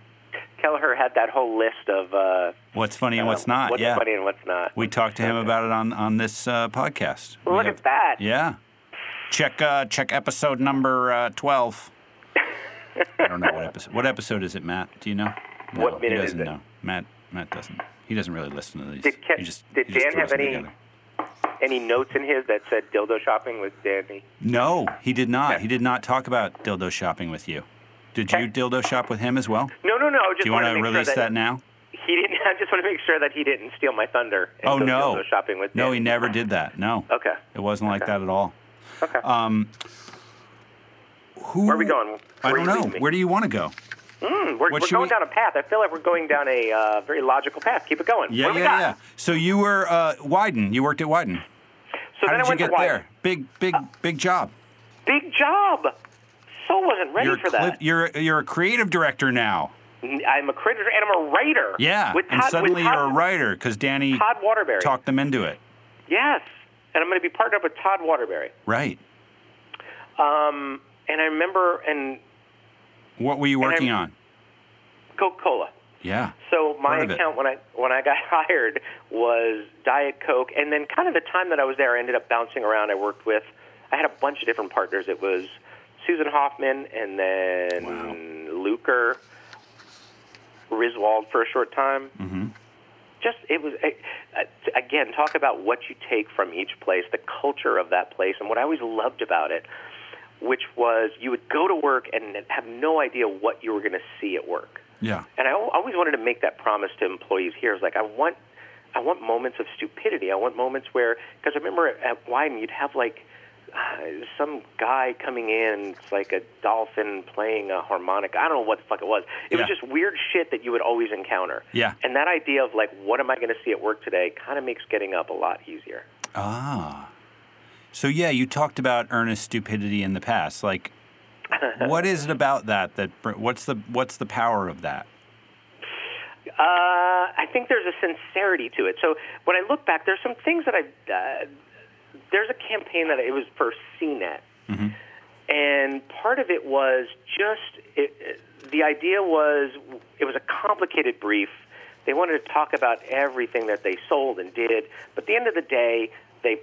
[SPEAKER 2] Kelleher had that whole list of uh,
[SPEAKER 1] What's funny and what's
[SPEAKER 2] um,
[SPEAKER 1] not?
[SPEAKER 2] what's
[SPEAKER 1] yeah.
[SPEAKER 2] funny and what's not.
[SPEAKER 1] We talked to him about it on on this uh, podcast. We
[SPEAKER 2] Look
[SPEAKER 1] have-
[SPEAKER 2] at that.
[SPEAKER 1] Yeah. Check uh, check episode number uh, twelve. I don't know what episode. What episode is it, Matt? Do you know? No,
[SPEAKER 2] What
[SPEAKER 1] he
[SPEAKER 2] minute is
[SPEAKER 1] doesn't
[SPEAKER 2] it?
[SPEAKER 1] know. Matt Matt doesn't. He doesn't really listen to these.
[SPEAKER 2] Did Ke-
[SPEAKER 1] he just,
[SPEAKER 2] did
[SPEAKER 1] he just
[SPEAKER 2] Dan
[SPEAKER 1] throws
[SPEAKER 2] have
[SPEAKER 1] them
[SPEAKER 2] any-
[SPEAKER 1] Together.
[SPEAKER 2] Any notes in his that said dildo shopping with Danny?
[SPEAKER 1] No, he did not. He did not talk about dildo shopping with you. Did you dildo shop with him as well?
[SPEAKER 2] No, no, no. I just
[SPEAKER 1] Do you
[SPEAKER 2] want
[SPEAKER 1] want to
[SPEAKER 2] make
[SPEAKER 1] release
[SPEAKER 2] sure
[SPEAKER 1] that now?
[SPEAKER 2] He didn't. I just want to make sure that he didn't steal my thunder. And
[SPEAKER 1] Oh
[SPEAKER 2] go
[SPEAKER 1] no.
[SPEAKER 2] Dildo shopping with
[SPEAKER 1] no,
[SPEAKER 2] Danny.
[SPEAKER 1] he never did that. No.
[SPEAKER 2] Okay.
[SPEAKER 1] It wasn't like
[SPEAKER 2] Okay.
[SPEAKER 1] that at all.
[SPEAKER 2] Okay.
[SPEAKER 1] Um, who?
[SPEAKER 2] Where are we going? Where
[SPEAKER 1] I
[SPEAKER 2] are
[SPEAKER 1] don't
[SPEAKER 2] you
[SPEAKER 1] know.
[SPEAKER 2] leading me?
[SPEAKER 1] Where do you want to go?
[SPEAKER 2] Hmm, we're,
[SPEAKER 1] what
[SPEAKER 2] we're
[SPEAKER 1] should
[SPEAKER 2] going
[SPEAKER 1] we-
[SPEAKER 2] down a path. I feel like we're going down a uh, very logical path. Keep it going.
[SPEAKER 1] Yeah,
[SPEAKER 2] What do we
[SPEAKER 1] yeah,
[SPEAKER 2] got?
[SPEAKER 1] yeah. So you were uh, Wyden. You worked at Wyden.
[SPEAKER 2] So
[SPEAKER 1] How did
[SPEAKER 2] then I
[SPEAKER 1] you
[SPEAKER 2] went
[SPEAKER 1] get
[SPEAKER 2] to Uh, Wyden.
[SPEAKER 1] there? Big, big, big job.
[SPEAKER 2] Big job. So wasn't ready
[SPEAKER 1] You're
[SPEAKER 2] for
[SPEAKER 1] a cli-
[SPEAKER 2] that.
[SPEAKER 1] you're you're a creative director now.
[SPEAKER 2] I'm a creditor and I'm a writer.
[SPEAKER 1] Yeah,
[SPEAKER 2] With
[SPEAKER 1] and
[SPEAKER 2] Todd,
[SPEAKER 1] suddenly
[SPEAKER 2] with
[SPEAKER 1] you're
[SPEAKER 2] Todd,
[SPEAKER 1] a writer because Danny
[SPEAKER 2] Todd Waterbury.
[SPEAKER 1] talked them into it.
[SPEAKER 2] Yes, and I'm going to be partnered up with Todd Waterbury.
[SPEAKER 1] Right.
[SPEAKER 2] Um, and I remember and
[SPEAKER 1] What were you working
[SPEAKER 2] I'm-
[SPEAKER 1] on?
[SPEAKER 2] Coca-Cola.
[SPEAKER 1] Yeah.
[SPEAKER 2] So my
[SPEAKER 1] Heard of it.
[SPEAKER 2] account when I when I got hired was Diet Coke, and then kind of the time that I was there, I ended up bouncing around. I worked with, I had a bunch of different partners. It was Susan Hoffman, and then Luker, Riswald for a short time. Mm-hmm. Just it was I- I- again talk about what you take from each place, the culture of that place, and what I always loved about it, which was you would go to work and have no idea what you were going to see at work
[SPEAKER 1] Yeah.
[SPEAKER 2] and I al- always wanted to make that promise to employees here. Is like I want, I want moments of stupidity. I want moments where, because I remember at, at Wyden, you'd have like uh, some guy coming in, it's like a dolphin playing a harmonica. I don't know what the fuck it was. It was
[SPEAKER 1] Yeah.
[SPEAKER 2] just weird shit that you would always encounter.
[SPEAKER 1] Yeah.
[SPEAKER 2] And that idea of like, what am I going to see at work today, kind of makes getting up a lot easier.
[SPEAKER 1] Ah. So yeah, you talked about earnest stupidity in the past. Like, what is it about that that br- what's the what's the power of that?
[SPEAKER 2] Uh, I think there's a sincerity to it. So when I look back, there's some things that I uh, there's a campaign that I- it was for CNET, and part of it was just it, it, the idea was it was a complicated brief. They wanted to talk about everything that they sold and did, but at the end of the day, they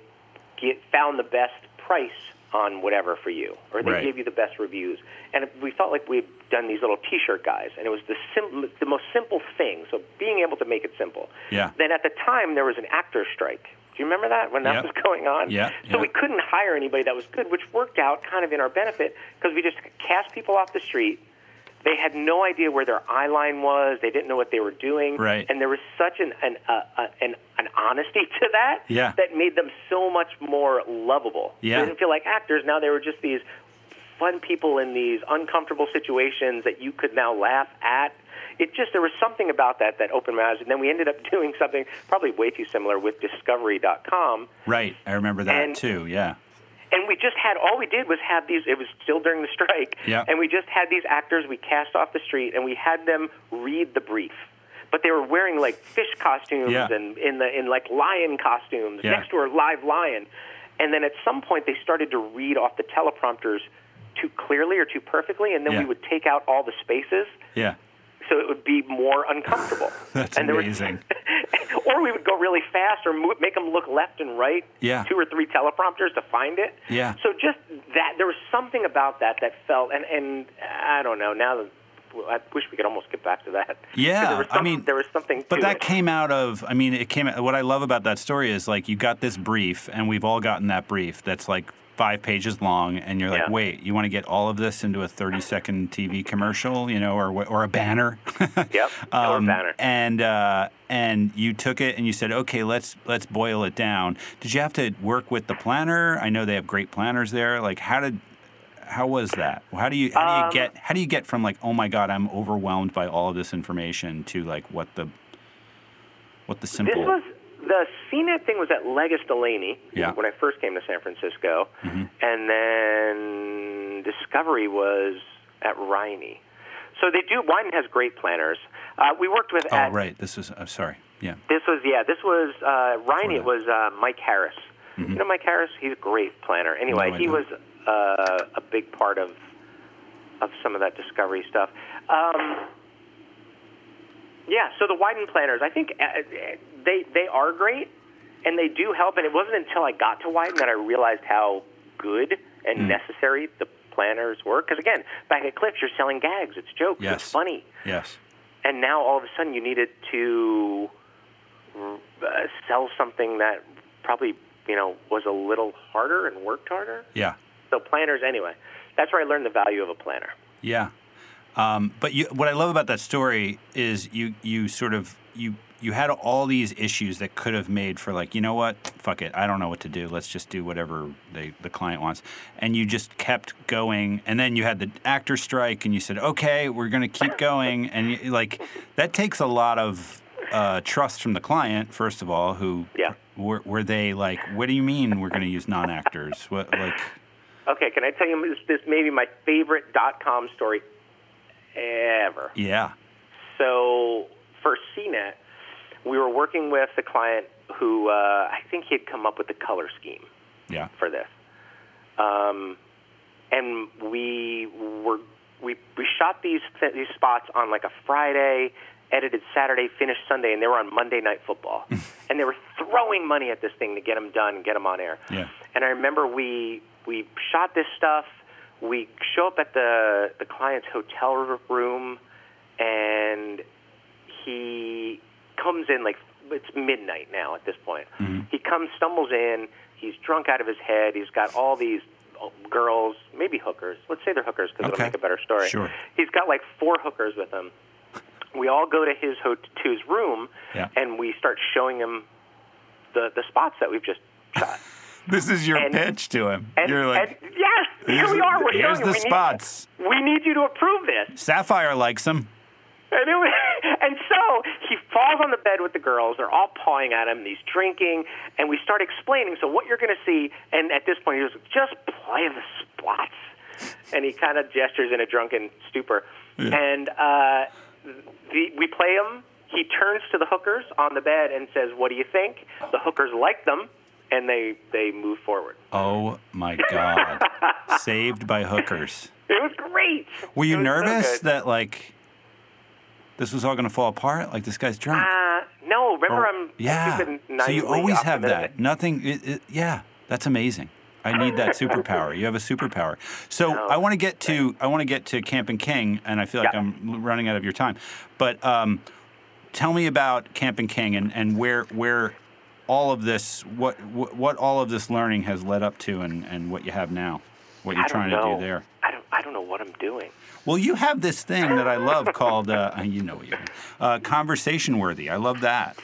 [SPEAKER 2] get, found the best price on whatever for you, or they
[SPEAKER 1] Right.
[SPEAKER 2] gave you the best reviews. And we felt like we had done these little T-shirt guys, and it was the sim- the most simple thing. So being able to make it simple.
[SPEAKER 1] Yeah.
[SPEAKER 2] Then at the time there was an actor strike. Do you remember that when that
[SPEAKER 1] Yep.
[SPEAKER 2] was going on?
[SPEAKER 1] Yeah, yeah.
[SPEAKER 2] So we couldn't hire anybody that was good, which worked out kind of in our benefit because we just cast people off the street. They had no idea where their eye line was. They didn't know what they were doing.
[SPEAKER 1] Right.
[SPEAKER 2] And there was such an an uh, uh, an, an honesty to that
[SPEAKER 1] Yeah.
[SPEAKER 2] that made them so much more lovable.
[SPEAKER 1] Yeah.
[SPEAKER 2] They didn't feel like actors. Now they were just these fun people in these uncomfortable situations that you could now laugh at. It just, there was something about that that opened my eyes. And then we ended up doing something probably way too similar with Discovery.com.
[SPEAKER 1] Right. I remember that
[SPEAKER 2] And-
[SPEAKER 1] too. Yeah.
[SPEAKER 2] And we just had, all we did was have these, it was still during the strike.
[SPEAKER 1] Yeah.
[SPEAKER 2] And we just had these actors we cast off the street and we had them read the brief. but they were wearing like fish costumes
[SPEAKER 1] Yeah.
[SPEAKER 2] and in the in like lion costumes
[SPEAKER 1] Yeah.
[SPEAKER 2] next to a live lion. And then at some point they started to read off the teleprompters too clearly or too perfectly, and then
[SPEAKER 1] Yeah.
[SPEAKER 2] we would take out all the spaces
[SPEAKER 1] Yeah.
[SPEAKER 2] so it would be more uncomfortable.
[SPEAKER 1] That's
[SPEAKER 2] and there
[SPEAKER 1] amazing.
[SPEAKER 2] Were, or we would go really fast or mo- make them look left and right,
[SPEAKER 1] Yeah.
[SPEAKER 2] two or three teleprompters to find it.
[SPEAKER 1] Yeah.
[SPEAKER 2] So just that, there was something about that that felt, and, and I don't know, now that, well, I wish we could almost get back to that. 'Cause
[SPEAKER 1] Yeah,
[SPEAKER 2] There was
[SPEAKER 1] I
[SPEAKER 2] some-
[SPEAKER 1] mean,
[SPEAKER 2] there was something
[SPEAKER 1] But
[SPEAKER 2] to
[SPEAKER 1] that
[SPEAKER 2] it.
[SPEAKER 1] came out of, I mean, it came, what I love about that story is like you got this brief, and we've all gotten that brief that's like five pages long, and you're like,
[SPEAKER 2] Yeah.
[SPEAKER 1] wait, you want to get all of this into a 30 second TV commercial, you know, or, wh- or a banner?
[SPEAKER 2] Yep. Or
[SPEAKER 1] Um,
[SPEAKER 2] banner.
[SPEAKER 1] And, uh, and you took it and you said, okay, let's, let's boil it down. Did you have to work with the planner? I know they have great planners there. Like, how did, how was that? How do you how do you
[SPEAKER 2] Um,
[SPEAKER 1] get how do you get from like oh my god I'm overwhelmed by all of this information to like what the what the simple
[SPEAKER 2] This was the CNET thing was at Legis Delaney
[SPEAKER 1] Yeah. Mm-hmm.
[SPEAKER 2] when I first came to San Francisco, and then Discovery was at Riney. So they do. Wyden has great planners. Uh, we worked with.
[SPEAKER 1] oh
[SPEAKER 2] at,
[SPEAKER 1] right this was I'm sorry yeah
[SPEAKER 2] This was yeah. This was uh, Riney.
[SPEAKER 1] that.
[SPEAKER 2] It was uh, Mike Harris. You know Mike Harris. He's a great planner. Anyway,
[SPEAKER 1] Mm-hmm. No, I
[SPEAKER 2] he was
[SPEAKER 1] don't.
[SPEAKER 2] uh, a big part of of some of that Discovery stuff. Um, yeah, so the Wyden planners, I think uh, uh, they they are great, and they do help. And it wasn't until I got to Wyden that I realized how good and
[SPEAKER 1] Mm.
[SPEAKER 2] necessary the planners were. Because again, back at Cliffs, you're selling gags. It's jokes.
[SPEAKER 1] Yes.
[SPEAKER 2] It's funny.
[SPEAKER 1] yes
[SPEAKER 2] And now all of a sudden, you needed to uh, sell something that probably you know was a little harder and worked harder.
[SPEAKER 1] yeah
[SPEAKER 2] So planners, anyway, that's where I learned the value of a planner.
[SPEAKER 1] yeah um, but you, what I love about that story is you you sort of you you had all these issues that could have made for like you know what fuck it I don't know what to do let's just do whatever they, the client wants and you just kept going and then you had the actor strike and you said okay we're gonna keep going and you, like that takes a lot of uh, trust from the client first of all who
[SPEAKER 2] Yeah.
[SPEAKER 1] were, were they like what do you mean we're gonna use non actors what like
[SPEAKER 2] Okay, can I tell you this, this may be my favorite dot com story ever.
[SPEAKER 1] yeah
[SPEAKER 2] So for CNET, we were working with the client who uh, I think he had come up with the color scheme
[SPEAKER 1] yeah
[SPEAKER 2] for this, um, and we were we we shot these these spots on like a Friday, edited Saturday, finished Sunday, and they were on Monday Night Football, and they were throwing money at this thing to get them done, get them on air.
[SPEAKER 1] Yeah.
[SPEAKER 2] And I remember we we shot this stuff. We show up at the the client's hotel room, and he comes in like it's midnight now at this point.
[SPEAKER 1] Mm-hmm.
[SPEAKER 2] He comes, stumbles in. He's drunk out of his head. He's got all these uh, girls, maybe hookers. Let's say they're hookers because
[SPEAKER 1] Okay.
[SPEAKER 2] it'll make a better story.
[SPEAKER 1] Sure.
[SPEAKER 2] He's got like four hookers with him. We all go to his ho- to his room,
[SPEAKER 1] Yeah.
[SPEAKER 2] and we start showing him the the spots that we've just shot.
[SPEAKER 1] this is your
[SPEAKER 2] And-
[SPEAKER 1] pitch to him
[SPEAKER 2] And,
[SPEAKER 1] you're like
[SPEAKER 2] and- yes, here
[SPEAKER 1] "Here's
[SPEAKER 2] we
[SPEAKER 1] the-
[SPEAKER 2] are. We're
[SPEAKER 1] here's
[SPEAKER 2] showing
[SPEAKER 1] the
[SPEAKER 2] him. We
[SPEAKER 1] spots.
[SPEAKER 2] Need, we need you to approve this.
[SPEAKER 1] Sapphire likes him.
[SPEAKER 2] And, it was, and so he falls on the bed with the girls. They're all pawing at him. And he's drinking. And we start explaining. So, what you're going to see, and at this point, he goes, just play the spots. And he kind of gestures in a drunken stupor. And uh, the, we play him. He turns to the hookers on the bed and says, What do you think? The hookers like them, and they, they move forward.
[SPEAKER 1] Oh my god. Saved by hookers.
[SPEAKER 2] It was great.
[SPEAKER 1] Were you
[SPEAKER 2] It was so
[SPEAKER 1] nervous
[SPEAKER 2] good.
[SPEAKER 1] that like this was all going to fall apart? Like this guy's drunk.
[SPEAKER 2] Uh, no, remember,
[SPEAKER 1] Or-
[SPEAKER 2] I'm
[SPEAKER 1] Oh, yeah.
[SPEAKER 2] stupid and
[SPEAKER 1] So you
[SPEAKER 2] naively
[SPEAKER 1] always have
[SPEAKER 2] optimistic.
[SPEAKER 1] that. Nothing. It, it, yeah, that's amazing. I need that superpower. You have a superpower. So I want to get to I want to get to Camp and King, and I feel like
[SPEAKER 2] Yeah.
[SPEAKER 1] I'm running out of your time. But um, tell me about Camp and King and, and where where all of this what wh- what all of this learning has led up to, and, and what you have now, what you're
[SPEAKER 2] I don't
[SPEAKER 1] trying
[SPEAKER 2] know.
[SPEAKER 1] to do there.
[SPEAKER 2] I don't, I don't know what I'm doing.
[SPEAKER 1] Well, you have this thing that I love called uh, you know what you mean, uh, conversation worthy. I love that.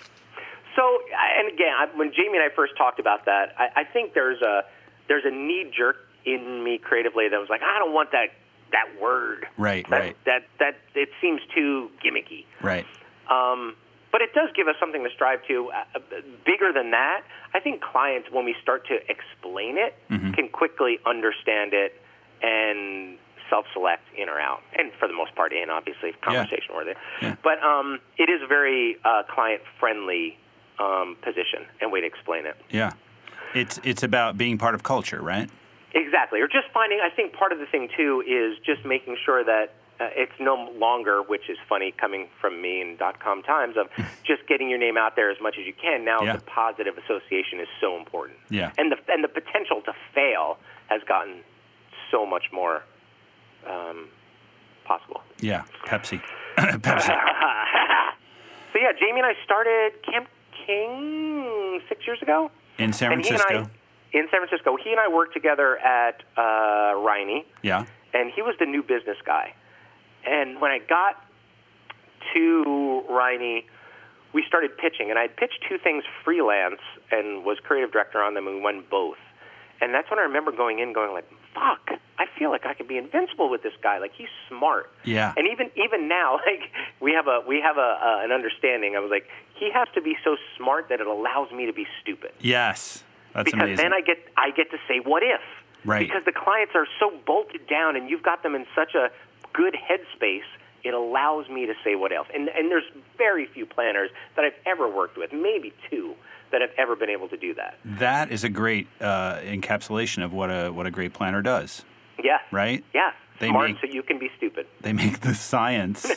[SPEAKER 2] So, I- and again, I, when Jamie and I first talked about that, I, I think there's a there's a knee jerk in me creatively that was like, I don't want that that word.
[SPEAKER 1] Right,
[SPEAKER 2] That,
[SPEAKER 1] right.
[SPEAKER 2] That that it seems too gimmicky.
[SPEAKER 1] Right.
[SPEAKER 2] Um, but it does give us something to strive to. Uh, uh, bigger than that, I think clients, when we start to explain it, can quickly understand it and self-select in or out, and for the most part in, obviously, if conversation were there.
[SPEAKER 1] Yeah.
[SPEAKER 2] But um, it is a very uh, client-friendly um, position and way to explain it.
[SPEAKER 1] Yeah. It's it's about being part of culture, right?
[SPEAKER 2] Exactly, or just finding. I think part of the thing too is just making sure that uh, it's no longer, which is funny coming from me and dot com times, of just getting your name out there as much as you can. Now
[SPEAKER 1] Yeah.
[SPEAKER 2] the positive association is so important,
[SPEAKER 1] Yeah.
[SPEAKER 2] and the and the potential to fail has gotten so much more um, possible.
[SPEAKER 1] Yeah. Pepsi. Pepsi.
[SPEAKER 2] So yeah, Jamie and I started Camp King six years ago
[SPEAKER 1] In San
[SPEAKER 2] and he and
[SPEAKER 1] Francisco.
[SPEAKER 2] I, in San Francisco, he and I worked together at uh, Riney,
[SPEAKER 1] yeah.
[SPEAKER 2] and he was the new business guy. And when I got to Riney, we started pitching, and I had pitched two things freelance and was creative director on them, and we won both. And that's when I remember going in, going like, "Fuck! I feel like I could be invincible with this guy. Like he's smart."
[SPEAKER 1] Yeah.
[SPEAKER 2] And even even now, like we have a we have a uh, an understanding. I was like, he has to be so smart that it allows me to be stupid
[SPEAKER 1] Yes. That's
[SPEAKER 2] because
[SPEAKER 1] amazing.
[SPEAKER 2] then I get I get to say what if.
[SPEAKER 1] Right.
[SPEAKER 2] Because the clients are so bolted down, and you've got them in such a good headspace, it allows me to say what if. And and there's very few planners that I've ever worked with, maybe two, that have ever been able to do that.
[SPEAKER 1] that is a great uh, encapsulation of what a what a great planner does,
[SPEAKER 2] Yeah.
[SPEAKER 1] right?
[SPEAKER 2] Yeah.
[SPEAKER 1] They
[SPEAKER 2] Smart,
[SPEAKER 1] make-
[SPEAKER 2] so you can be stupid.
[SPEAKER 1] They make the science.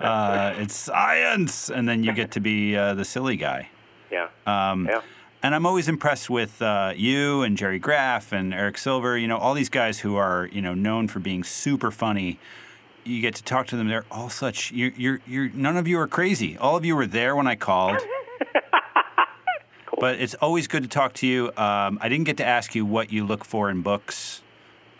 [SPEAKER 1] uh, it's science, and then you get to be uh, the silly guy.
[SPEAKER 2] Yeah.
[SPEAKER 1] Um,
[SPEAKER 2] yeah.
[SPEAKER 1] And I'm always impressed with uh, you and Jerry Graff and Eric Silver. You know, all these guys who are you know known for being super funny. You get to talk to them. They're all such. You're you're, you're none of you are crazy. All of you were there when I called. But it's always good to talk to you. Um, I didn't get to ask you what you look for in books,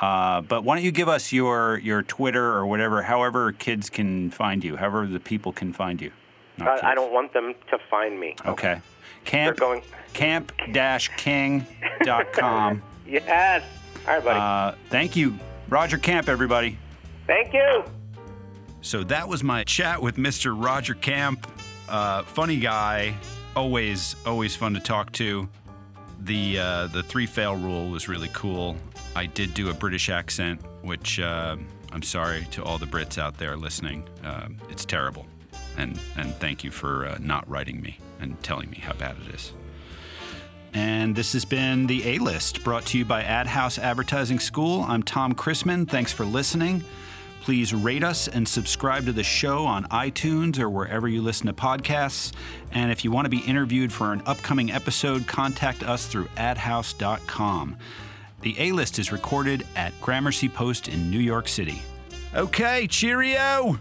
[SPEAKER 1] uh, but why don't you give us your your Twitter or whatever, however kids can find you, however the people can find you. Not
[SPEAKER 2] Uh, I, I
[SPEAKER 1] kids.
[SPEAKER 2] don't want them to find me.
[SPEAKER 1] Okay. Camp
[SPEAKER 2] going-
[SPEAKER 1] camp king.com.
[SPEAKER 2] Yes. All right, buddy.
[SPEAKER 1] uh, thank you, Roger Camp, everybody.
[SPEAKER 2] Thank you.
[SPEAKER 1] So that was my chat with Mr. Roger Camp. Uh, funny guy, always always fun to talk to. The uh, the three fail rule was really cool. I did do a British accent, which uh, I'm sorry to all the Brits out there listening. Um it's terrible, and and thank you for uh, not writing me and telling me how bad it is. And this has been The A List, brought to you by Ad House Advertising School. I'm Tom Chrisman. Thanks for listening. Please rate us and subscribe to the show on iTunes or wherever you listen to podcasts. And if you want to be interviewed for an upcoming episode, contact us through adhouse.com. The A List is recorded at Gramercy Post in New York City. Okay, cheerio!